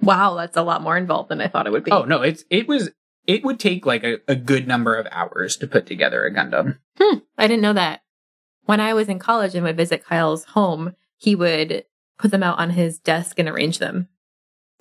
A: Wow, that's a lot more involved than I thought it would be.
B: Oh no, it's it was it would take like a, a good number of hours to put together a Gundam.
A: I didn't know that. When I was in college and would visit Kyle's home, he would put them out on his desk and arrange them.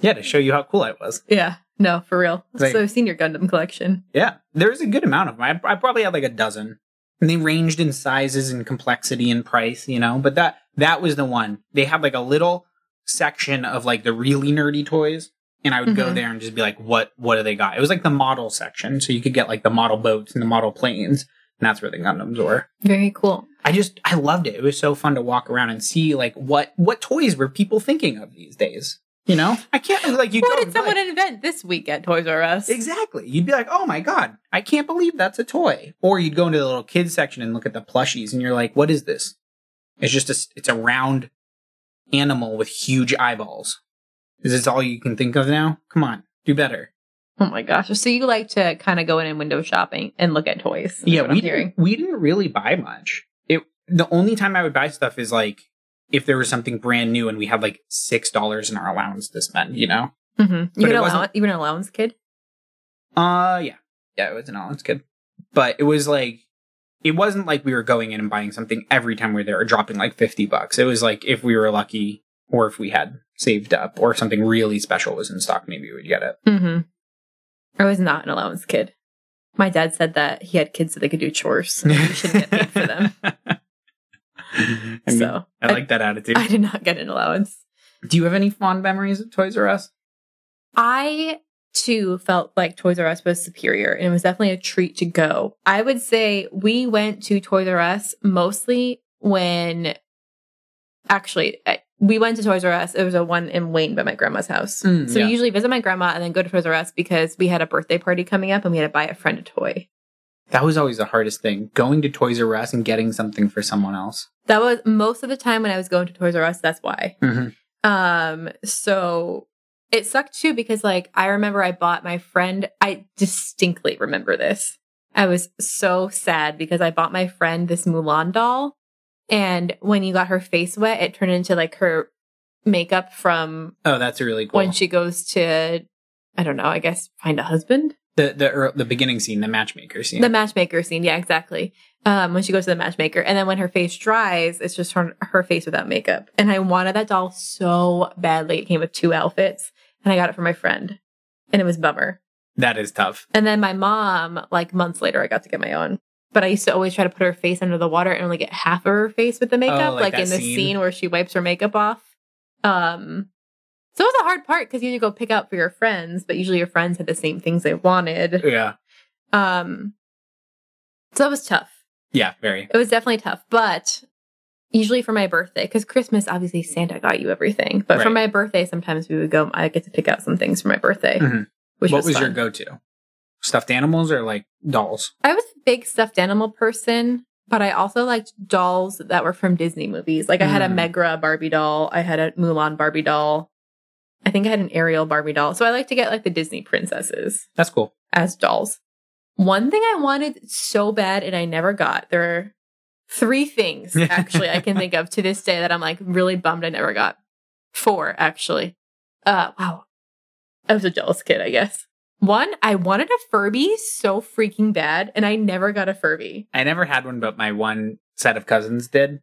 B: Yeah, to show you how cool I was.
A: Yeah. No, for real.
B: Like-
A: so I've seen your Gundam collection.
B: Yeah, there was a good amount of them. I, I probably had like a dozen, and they ranged in sizes and complexity and price, you know. But that that was the one. They had like a little section of like the really nerdy toys, and I would go
A: Mhm.
B: there and just be like, "What? What do they got?" It was like the model section, so you could get like the model boats and the model planes, and that's where the Gundams were.
A: Very cool.
B: I just I loved it. It was so fun to walk around and see like what what toys were people thinking of these days. You know, I can't like you.
A: what
B: go,
A: did someone
B: like-
A: invent this week at Toys R Us?
B: Exactly. You'd be like, oh my God, I can't believe that's a toy. Or you'd go into the little kids section and look at the plushies and you're like, what is this? It's just a, s- it's a round animal with huge eyeballs. Is this all you can think of now? Come on, do better.
A: Oh my gosh. So you like to kind of go in and window shopping and look at toys. is
B: yeah,
A: what
B: we
A: I'm hearing.
B: didn't, we didn't really buy much. It the only time I would buy stuff is like if there was something brand new and we had like six dollars in our allowance to spend, you know?
A: Mm-hmm.
B: But
A: You,
B: it
A: an
B: wasn't-
A: allow- you were an allowance kid?
B: Uh, yeah, yeah, it was an all-ins kid, but it was like it wasn't like we were going in and buying something every time we were there or dropping like fifty bucks. It was like if we were lucky or if we had saved up or if something really special was in stock, maybe we'd <laughs> get it.
A: Mm-hmm. I was not an allowance kid. My dad said that he had kids so they could do chores. And you should get paid for them.
B: <laughs> I mean,
A: so
B: I like that attitude.
A: I did not get an allowance.
B: Do you have any fond memories of Toys R Us?
A: I too felt like Toys R Us was superior and it was definitely a treat to go. I would say we went to Toys R Us mostly when actually I- we went to Toys R Us. It was a one in Wayne by my grandma's house.
B: Mm,
A: so
B: yeah.
A: we usually visit my grandma and then go to Toys R Us because we had a birthday party coming up and we had to buy a friend a toy.
B: That was always the hardest thing: going to Toys R Us and getting something for someone else.
A: That was most of the time when I was going to Toys R Us, that's why.
B: Mm-hmm.
A: Um, so it sucked too because like I remember I bought my friend, I distinctly remember this. I was so sad because I bought my friend this Mulan doll. And when you got her face wet, it turned into like her makeup from
B: Oh, that's really cool.
A: when she goes to, I don't know, I guess find a husband.
B: the the ear- the beginning scene, the matchmaker scene.
A: The matchmaker scene. Yeah, exactly. Um, when she goes to the matchmaker. And then when her face dries, it's just her, her face without makeup. And I wanted that doll so badly. It came with two outfits and I got it for my friend. And it was bummer.
B: that is tough.
A: And then my mom, like months later, I got to get my own. But I used to always try to put her face under the water and only get half of her face with the makeup,
B: Oh,
A: like,
B: like that
A: in the
B: scene.
A: scene. where she wipes her makeup off. Um, so it was a hard part because you had to go pick out for your friends, but usually your friends had the same things they wanted.
B: Yeah.
A: Um, so that was tough.
B: Yeah, very.
A: It was definitely tough, but usually for my birthday, because Christmas, obviously Santa got you everything. But for
B: Right.
A: my birthday, sometimes we would go, I get to pick out some things for my birthday.
B: Mhm.
A: Which
B: what
A: was,
B: was
A: fun.
B: your go-to? Stuffed animals or like dolls?
A: I was a big stuffed animal person, but I also liked dolls that were from Disney movies. Like I had a
B: Mm.
A: Megra Barbie doll, I had a Mulan Barbie doll. I think I had an Ariel Barbie doll. So I like to get like the Disney princesses
B: That's cool.
A: as dolls. One thing I wanted so bad and I never got. There are three things actually I can think of to this day that I'm like really bummed I never got. Four actually. Uh wow. I was a jealous kid, I guess. One, I wanted a Furby so freaking bad and I never got a Furby.
B: I never had one, but my one set of cousins did,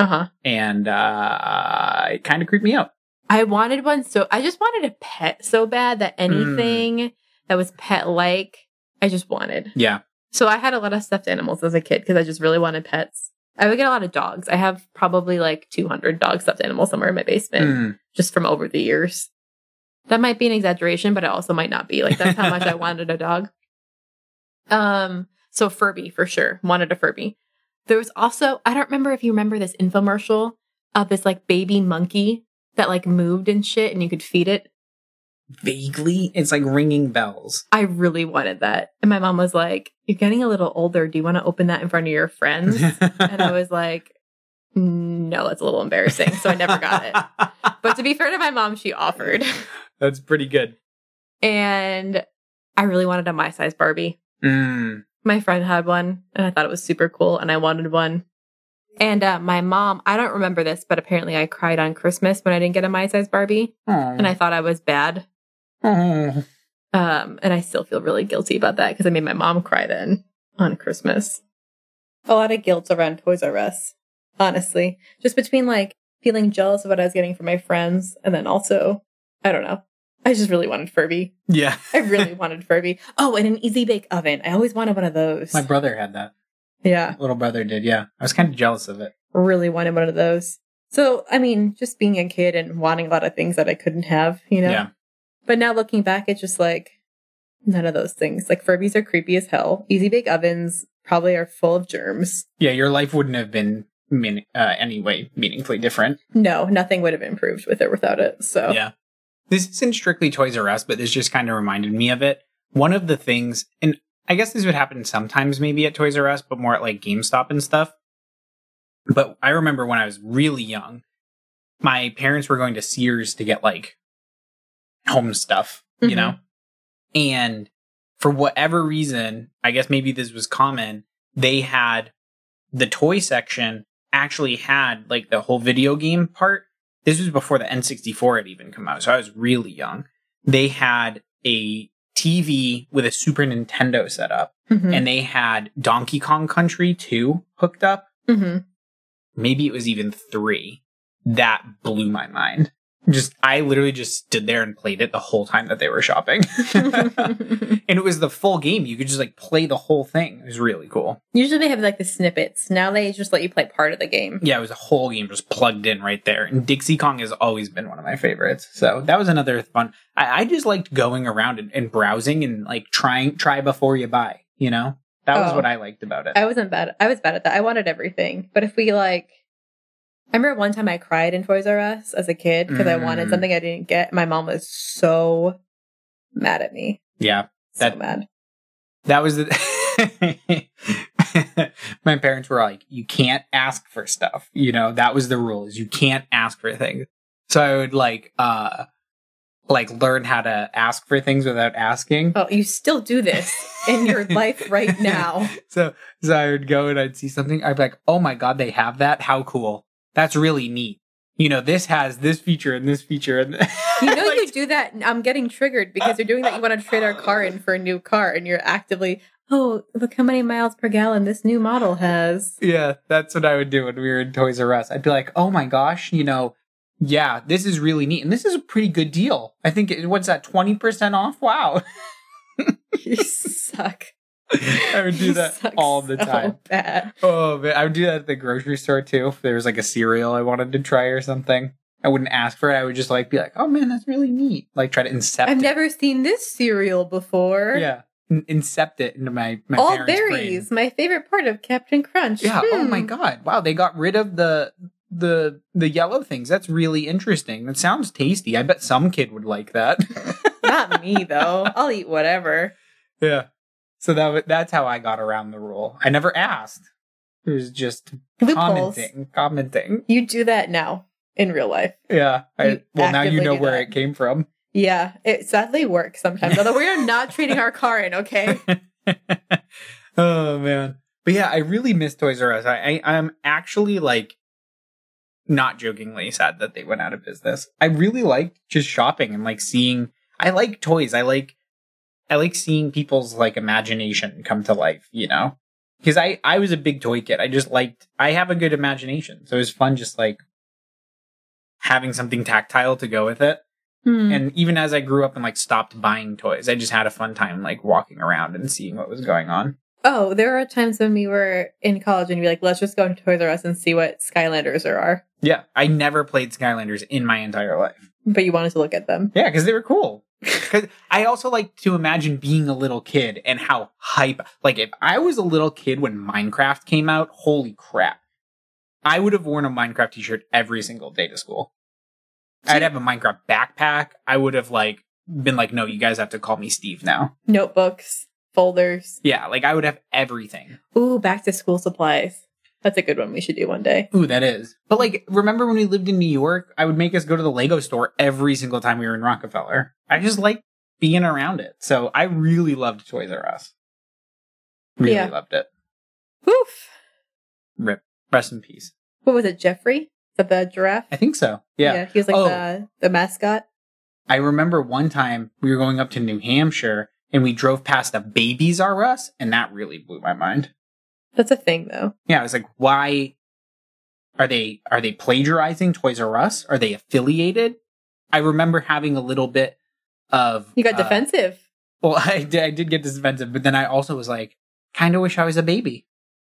A: Uh-huh.
B: and uh, it kind of creeped me out.
A: I wanted one so I just wanted a pet so bad that anything that was pet like I just wanted.
B: Yeah,
A: So I had a lot of stuffed animals as a kid because I just really wanted pets. I would get a lot of dogs. I have probably like 200 dog stuffed animals somewhere in my basement
B: Mm.
A: just from over the years. That might be an exaggeration, but it also might not be. Like that's how much I wanted a dog. Um, so Furby for sure. Wanted a Furby. There was also, I don't remember if you remember this infomercial of this like baby monkey that like moved and shit and you could feed it.
B: vaguely, it's like ringing
A: <laughs>
B: bells.
A: I really wanted that. And my mom was like, You're getting a little older. Do you want to open that in front of your friends? and I was like, no, that's a little embarrassing. So I never got
B: <laughs>
A: it.
B: it.
A: But to be fair to my mom, she offered.
B: That's pretty good.
A: And I really wanted a my size Barbie.
B: Mm.
A: My friend had one and I thought it was super cool and I wanted one. And uh, my mom, I don't remember this, but apparently I cried on Christmas when I didn't get a my size Barbie and I thought I was bad.
B: Oh. <laughs>
A: Um, and I still feel really guilty about that because I made my mom cry then on Christmas. A lot of guilt around Toys R Us, honestly. Just between like feeling jealous of what I was getting from my friends and then also, I don't know. I just really wanted Furby.
B: yeah.
A: I <laughs> really wanted Furby. Oh, and an easy bake oven. I always wanted one of those.
B: My brother had that.
A: yeah,
B: Little brother did. Yeah, I was kind of jealous of it.
A: really wanted one of those. So, I mean, just being a kid and wanting a lot of things that I couldn't have, you know?
B: Yeah.
A: But now looking back, it's just like none of those things. Like Furbies are creepy as hell. Easy bake ovens probably are full of germs.
B: Yeah, your life wouldn't have been mean, uh, anyway meaningfully different.
A: No, nothing would have improved with or without it. So
B: Yeah. This isn't strictly Toys R Us, but this just kind of reminded me of it. One of the things, and I guess this would happen sometimes maybe at Toys R Us, but more at like GameStop and stuff. But I remember when I was really young, my parents were going to Sears to get like home stuff, you
A: Mhm.
B: know? And for whatever reason, I guess maybe this was common, they had the toy section actually had like the whole video game part. This was before the N64 had even come out, so I was really young. They had a TV with a Super Nintendo set up,
A: Mhm.
B: and they had Donkey Kong Country 2 hooked up.
A: Mhm.
B: Maybe it was even 3. That blew my mind. Just I literally just stood there and played it the whole time that they
A: <laughs>
B: were shopping. <laughs> and
A: Mm-hmm.
B: it was the full game. You could just like play the whole thing. It was really cool.
A: Usually they have like the snippets. Now they just let you play part of the game.
B: Yeah, it was a whole game just plugged in right there. And Dixie Kong has always been one of my favorites. So that was another fun. I, I just liked going around and, and browsing and like trying try before you buy. You know, that was
A: Oh.
B: what I liked about it.
A: I wasn't bad. I was bad at that. I wanted everything. But if we like, I remember one time I cried in Toys R Us as a kid because I wanted
B: Mm.
A: something I didn't get. My mom was so mad at me.
B: yeah,
A: So
B: That-
A: mad.
B: that was the. <laughs> my parents were like, "You can't ask for stuff." You know, that was the rule: is you can't ask for things. So I would like uh like learn how to ask for things without asking.
A: Oh, you still do this in your life
B: <laughs>
A: right now.
B: So so I would go and I'd see something. I'd be like, oh my god, they have that. How cool! That's really neat. You know, this has this feature and this feature and. <laughs>
A: You know you do that. and I'm getting triggered because you're doing that. You want to trade our car in for a new car, and you're actively, oh, look how many miles per gallon this new model
B: <laughs>
A: has.
B: Yeah, that's what I would do when we were in Toys R Us. I'd be like, oh my gosh, you know, yeah, this is really neat. And this is a pretty good deal. I think, it, what's that, 20% off? Wow. <laughs>
A: You suck.
B: I
A: <laughs>
B: would do
A: You
B: that
A: suck
B: all the
A: so
B: time.
A: Bad.
B: Oh, man. I would do that at the grocery store too. If there was like a cereal I wanted to try or something, I wouldn't ask for it. I would just like be like, oh man, that's really neat. Like try to incept
A: I've
B: it.
A: never seen this cereal before.
B: Yeah. In- incept it into my, my
A: All
B: parents' brain.
A: berries, my favorite part of Captain Crunch.
B: Yeah. Oh my
A: Hmm.
B: god. Wow, they got rid of the the the yellow things. That's really interesting. That sounds tasty. I bet some kid would like that.
A: Not me though. I'll eat whatever.
B: <laughs> yeah. So that wa- that's how I got around the rule. I never asked. It was just
A: Loopholes.
B: commenting, commenting.
A: You do that now in real life.
B: Yeah.
A: You
B: I, well, now you
A: actively
B: know
A: do
B: where
A: that.
B: it came from.
A: Yeah, it sadly works sometimes. Although we are not trading our car in, okay?
B: oh man. But yeah, I really miss Toys R Us. I, I I'm actually like not jokingly sad that they went out of business. I really liked just shopping and like seeing I like toys. I like I like seeing people's like imagination come to life, you know? Because I I was a big toy kid. I just liked I have a good imagination. So it was fun just like having something tactile to go with it. <laughs>
A: Mm.
B: And even as I grew up and like stopped buying toys, I just had a fun time like walking around and seeing what was going on.
A: Oh, there are times when we were in college and we were like, let's just go into Toys R Us and see what Skylanders there are.
B: Yeah, I never played Skylanders in my entire life.
A: But you wanted to look at them.
B: Yeah, because they were cool. Because I also like to imagine being a little kid and how hype. Like if I was a little kid when Minecraft came out, holy crap! I would have worn a Minecraft T-shirt every single day to school. I'd have a Minecraft backpack. I would have like been like, no, you guys have to call me Steve now.
A: Notebooks, folders.
B: Yeah, like I would have everything.
A: Ooh, back to school supplies. That's a good one we should do one day.
B: Ooh, that is. But like, remember when we lived in New York? I would make us go to the Lego store every single time we were in Rockefeller. I just like being around it. So I really loved Toys R Us. Really
A: Yeah.
B: loved it.
A: Oof.
B: Rip. Rest in peace.
A: What was it, Jeffrey? The, the giraffe?
B: I think so. Yeah.
A: He was like
B: Oh.
A: the, the mascot.
B: I remember one time we were going up to New Hampshire and we drove past a Babies R Us, and that really blew my mind.
A: That's a thing though.
B: Yeah, I was like, why are they are they plagiarizing Toys R Us? Are they affiliated? I remember having a little bit of
A: You got
B: uh,
A: defensive.
B: Well, <laughs> I did, I did get defensive, but then I also was like, kind of wish I was a baby.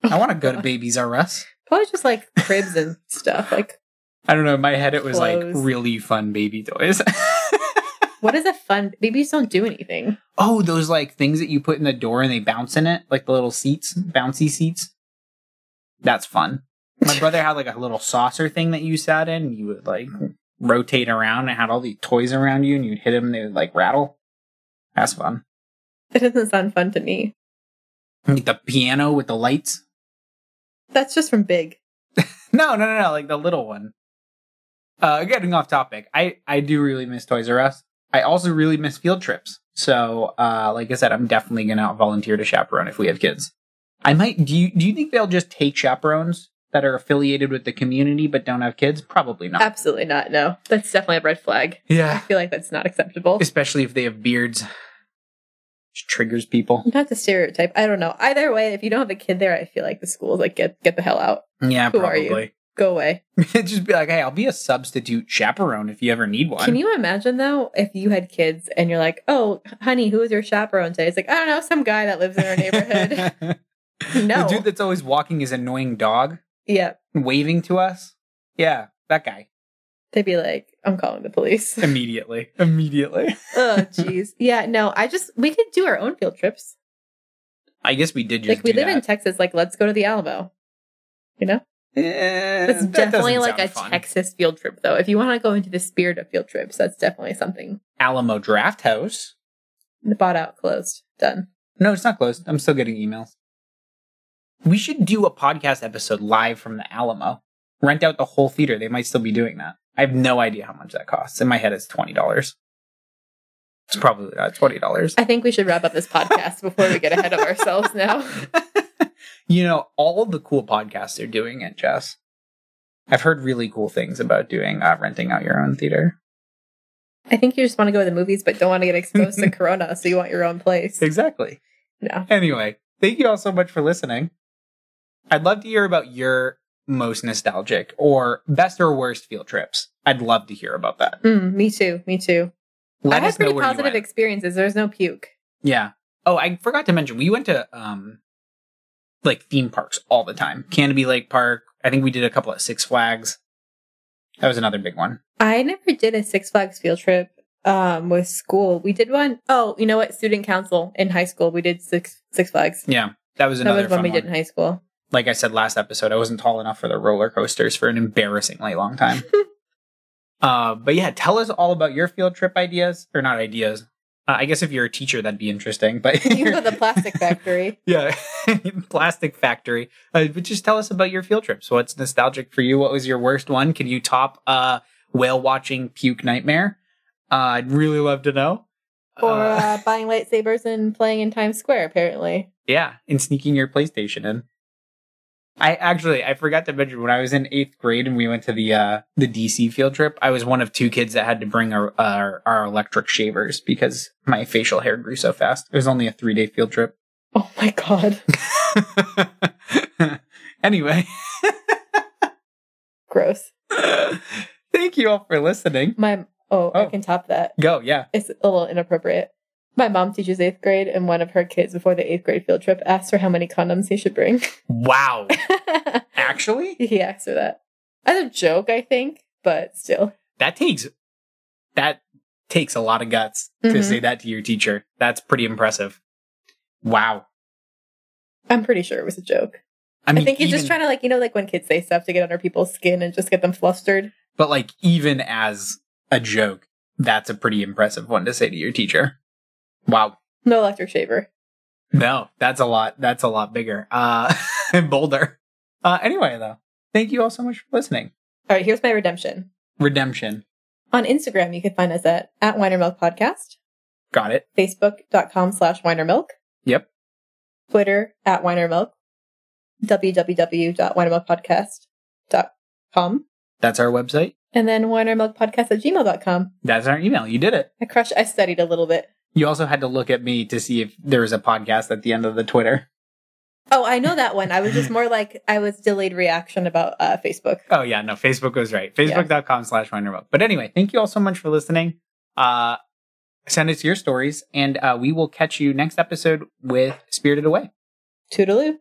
B: I want to go to Babies R Us.
A: Probably just like cribs and stuff. Like,
B: I don't know. In my head, it was like
A: Clothes.
B: really fun baby toys. <laughs>
A: what is a fun? Babies don't do anything.
B: oh, those like things that you put in the door and they bounce in it, like the little seats, bouncy seats. That's fun. My brother had like a little saucer thing that you sat in. And you would like rotate around and had all these toys around you, and you'd hit them and they would like rattle. That's fun.
A: That doesn't sound fun to me.
B: Like the piano with the lights.
A: That's just from Big.
B: No, no, no, no, like the little one. Uh, getting off topic, I I do really miss Toys R Us. I also really miss field trips. So, uh, like I said, I'm definitely gonna volunteer to chaperone if we have kids. I might. Do you do you think they'll just take chaperones that are affiliated with the community but don't have kids? Probably not.
A: Absolutely not. No, that's definitely a red flag. I
B: yeah,
A: feel like that's not acceptable.
B: especially if they have beards. Just
A: <laughs>
B: triggers people.
A: Not to stereotype. I don't know. Either way, if you don't have a kid there, I feel like the school is like get get the hell out,
B: Yeah,
A: Who are you?
B: probably. <laughs>
A: go away.
B: just be like, hey, I'll be a substitute chaperone if you ever need one.
A: Can you imagine though if you had kids and you're like, oh, honey, who is your chaperone today? It's like I don't know, some guy that lives in our
B: <laughs>
A: neighborhood. <laughs>
B: The
A: no.
B: dude that's always walking his annoying dog,
A: yeah,
B: waving to us. Yeah,
A: <laughs>
B: that guy.
A: they'd be like, I'm calling the police.
B: Immediately. Immediately.
A: <laughs> oh, jeez. Yeah, no. I just we could do our own field trips.
B: I guess we did just
A: like we live in Texas. Like let's go to the Alamo. You know.
B: in.
A: It's definitely like a Texas field trip, though. If you want to go into the spirit of field trips, that's definitely something.
B: Alamo Draft House.
A: Bought out, closed, done.
B: No, it's not closed. I'm still getting emails. We should do a podcast episode live from the Alamo. Rent out the whole theater. They might still be doing that. I have no idea how much that costs. In my head, it's twenty dollars. It's probably not twenty dollars.
A: I think we should wrap up this podcast before we get ahead of ourselves now.
B: <laughs> you know, all the cool podcasts are doing it, Jess. I've heard really cool things about doing uh, renting out your own theater.
A: I think you just want to go to the movies, but don't want to get exposed
B: <laughs>
A: to Corona, so you want your own place.
B: Exactly.
A: No.
B: Anyway, thank you all so much for listening. I'd love to hear about your most nostalgic or best or worst field trips. I'd love to hear about that.
A: Mm, me too. Me too.
B: Let
A: I had
B: us know
A: pretty
B: where you
A: positive
B: went.
A: experiences. There's no puke.
B: Yeah. Oh, I forgot to mention we went to um like theme parks all the time. Canopy Lake Park. I think we did a couple at Six Flags. That was another big one.
A: I never did a Six Flags field trip um, with school. We did one. Oh, you know what? Student council in high school. We did Six Six Flags.
B: Yeah. That was
A: That
B: another
A: was
B: fun
A: one we
B: one.
A: did in high school.
B: Like I said last episode, I wasn't tall enough for the roller coasters for an embarrassingly
A: <laughs>
B: long time. uh, but yeah, tell us all about your field trip ideas or not ideas. Uh, I guess if you're a teacher, that'd be interesting. But
A: You
B: <laughs>
A: know the plastic factory.
B: Yeah, <laughs> plastic factory. Uh, but just tell us about your field trips. What's nostalgic for you? What was your worst one? Can you top uh, whale watching puke nightmare? Uh, I'd really love to know.
A: Or
B: Uh,
A: uh, buying lightsabers and playing in Times Square, apparently.
B: yeah, and sneaking your PlayStation in. I actually I forgot to mention when I was in eighth grade and we went to the uh, the DC field trip. I was one of two kids that had to bring our our, our electric shavers because my facial hair grew so fast. It was only a three day field trip. <laughs>
A: Oh my god. <laughs>
B: anyway. <laughs>
A: Gross.
B: Thank you all for listening.
A: My oh, I
B: Oh.
A: can top that.
B: Go, yeah.
A: It's a little inappropriate. My mom teaches eighth grade, and one of her kids before the eighth grade field trip asked her how many condoms he should bring.
B: Wow. <laughs> Actually,
A: he asked her that as a joke, I think, but still.
B: that takes that takes a lot of guts to
A: Mhm.
B: say that to your teacher. That's pretty impressive. Wow.
A: I'm pretty sure it was a joke.
B: I
A: I,
B: mean,
A: think he's just
B: even-
A: trying to like you know like when kids say stuff to get under people's skin and just get them flustered.
B: but like even as a joke, that's a pretty impressive one to say to your teacher. Wow.
A: No electric shaver.
B: No, that's a lot. That's a lot bigger. Uh, <laughs> and bolder. Uh, anyway, though, thank you all so much for listening.
A: All right, here's my redemption.
B: Redemption.
A: On Instagram, you can find us at at Winermilk Podcast,
B: Got it.
A: Facebook.com slash Winermilk.
B: Yep.
A: Twitter at Winermilk, www.winermilkpodcast.com,
B: That's our website.
A: and then winermilkpodcast at gmail.com.
B: That's our email. You did it.
A: I crushed, I studied a little bit.
B: You also had to look at me to see if there was a podcast at the end of the Twitter.
A: Oh, I know that one. I was just more like, I was delayed reaction about uh, Facebook.
B: Oh yeah, no, Facebook was right. Facebook.com slash Wonderbook. But anyway, thank you all so much for listening. Uh send us your stories and uh we will catch you next episode with Spirited Away.
A: Toodaloo.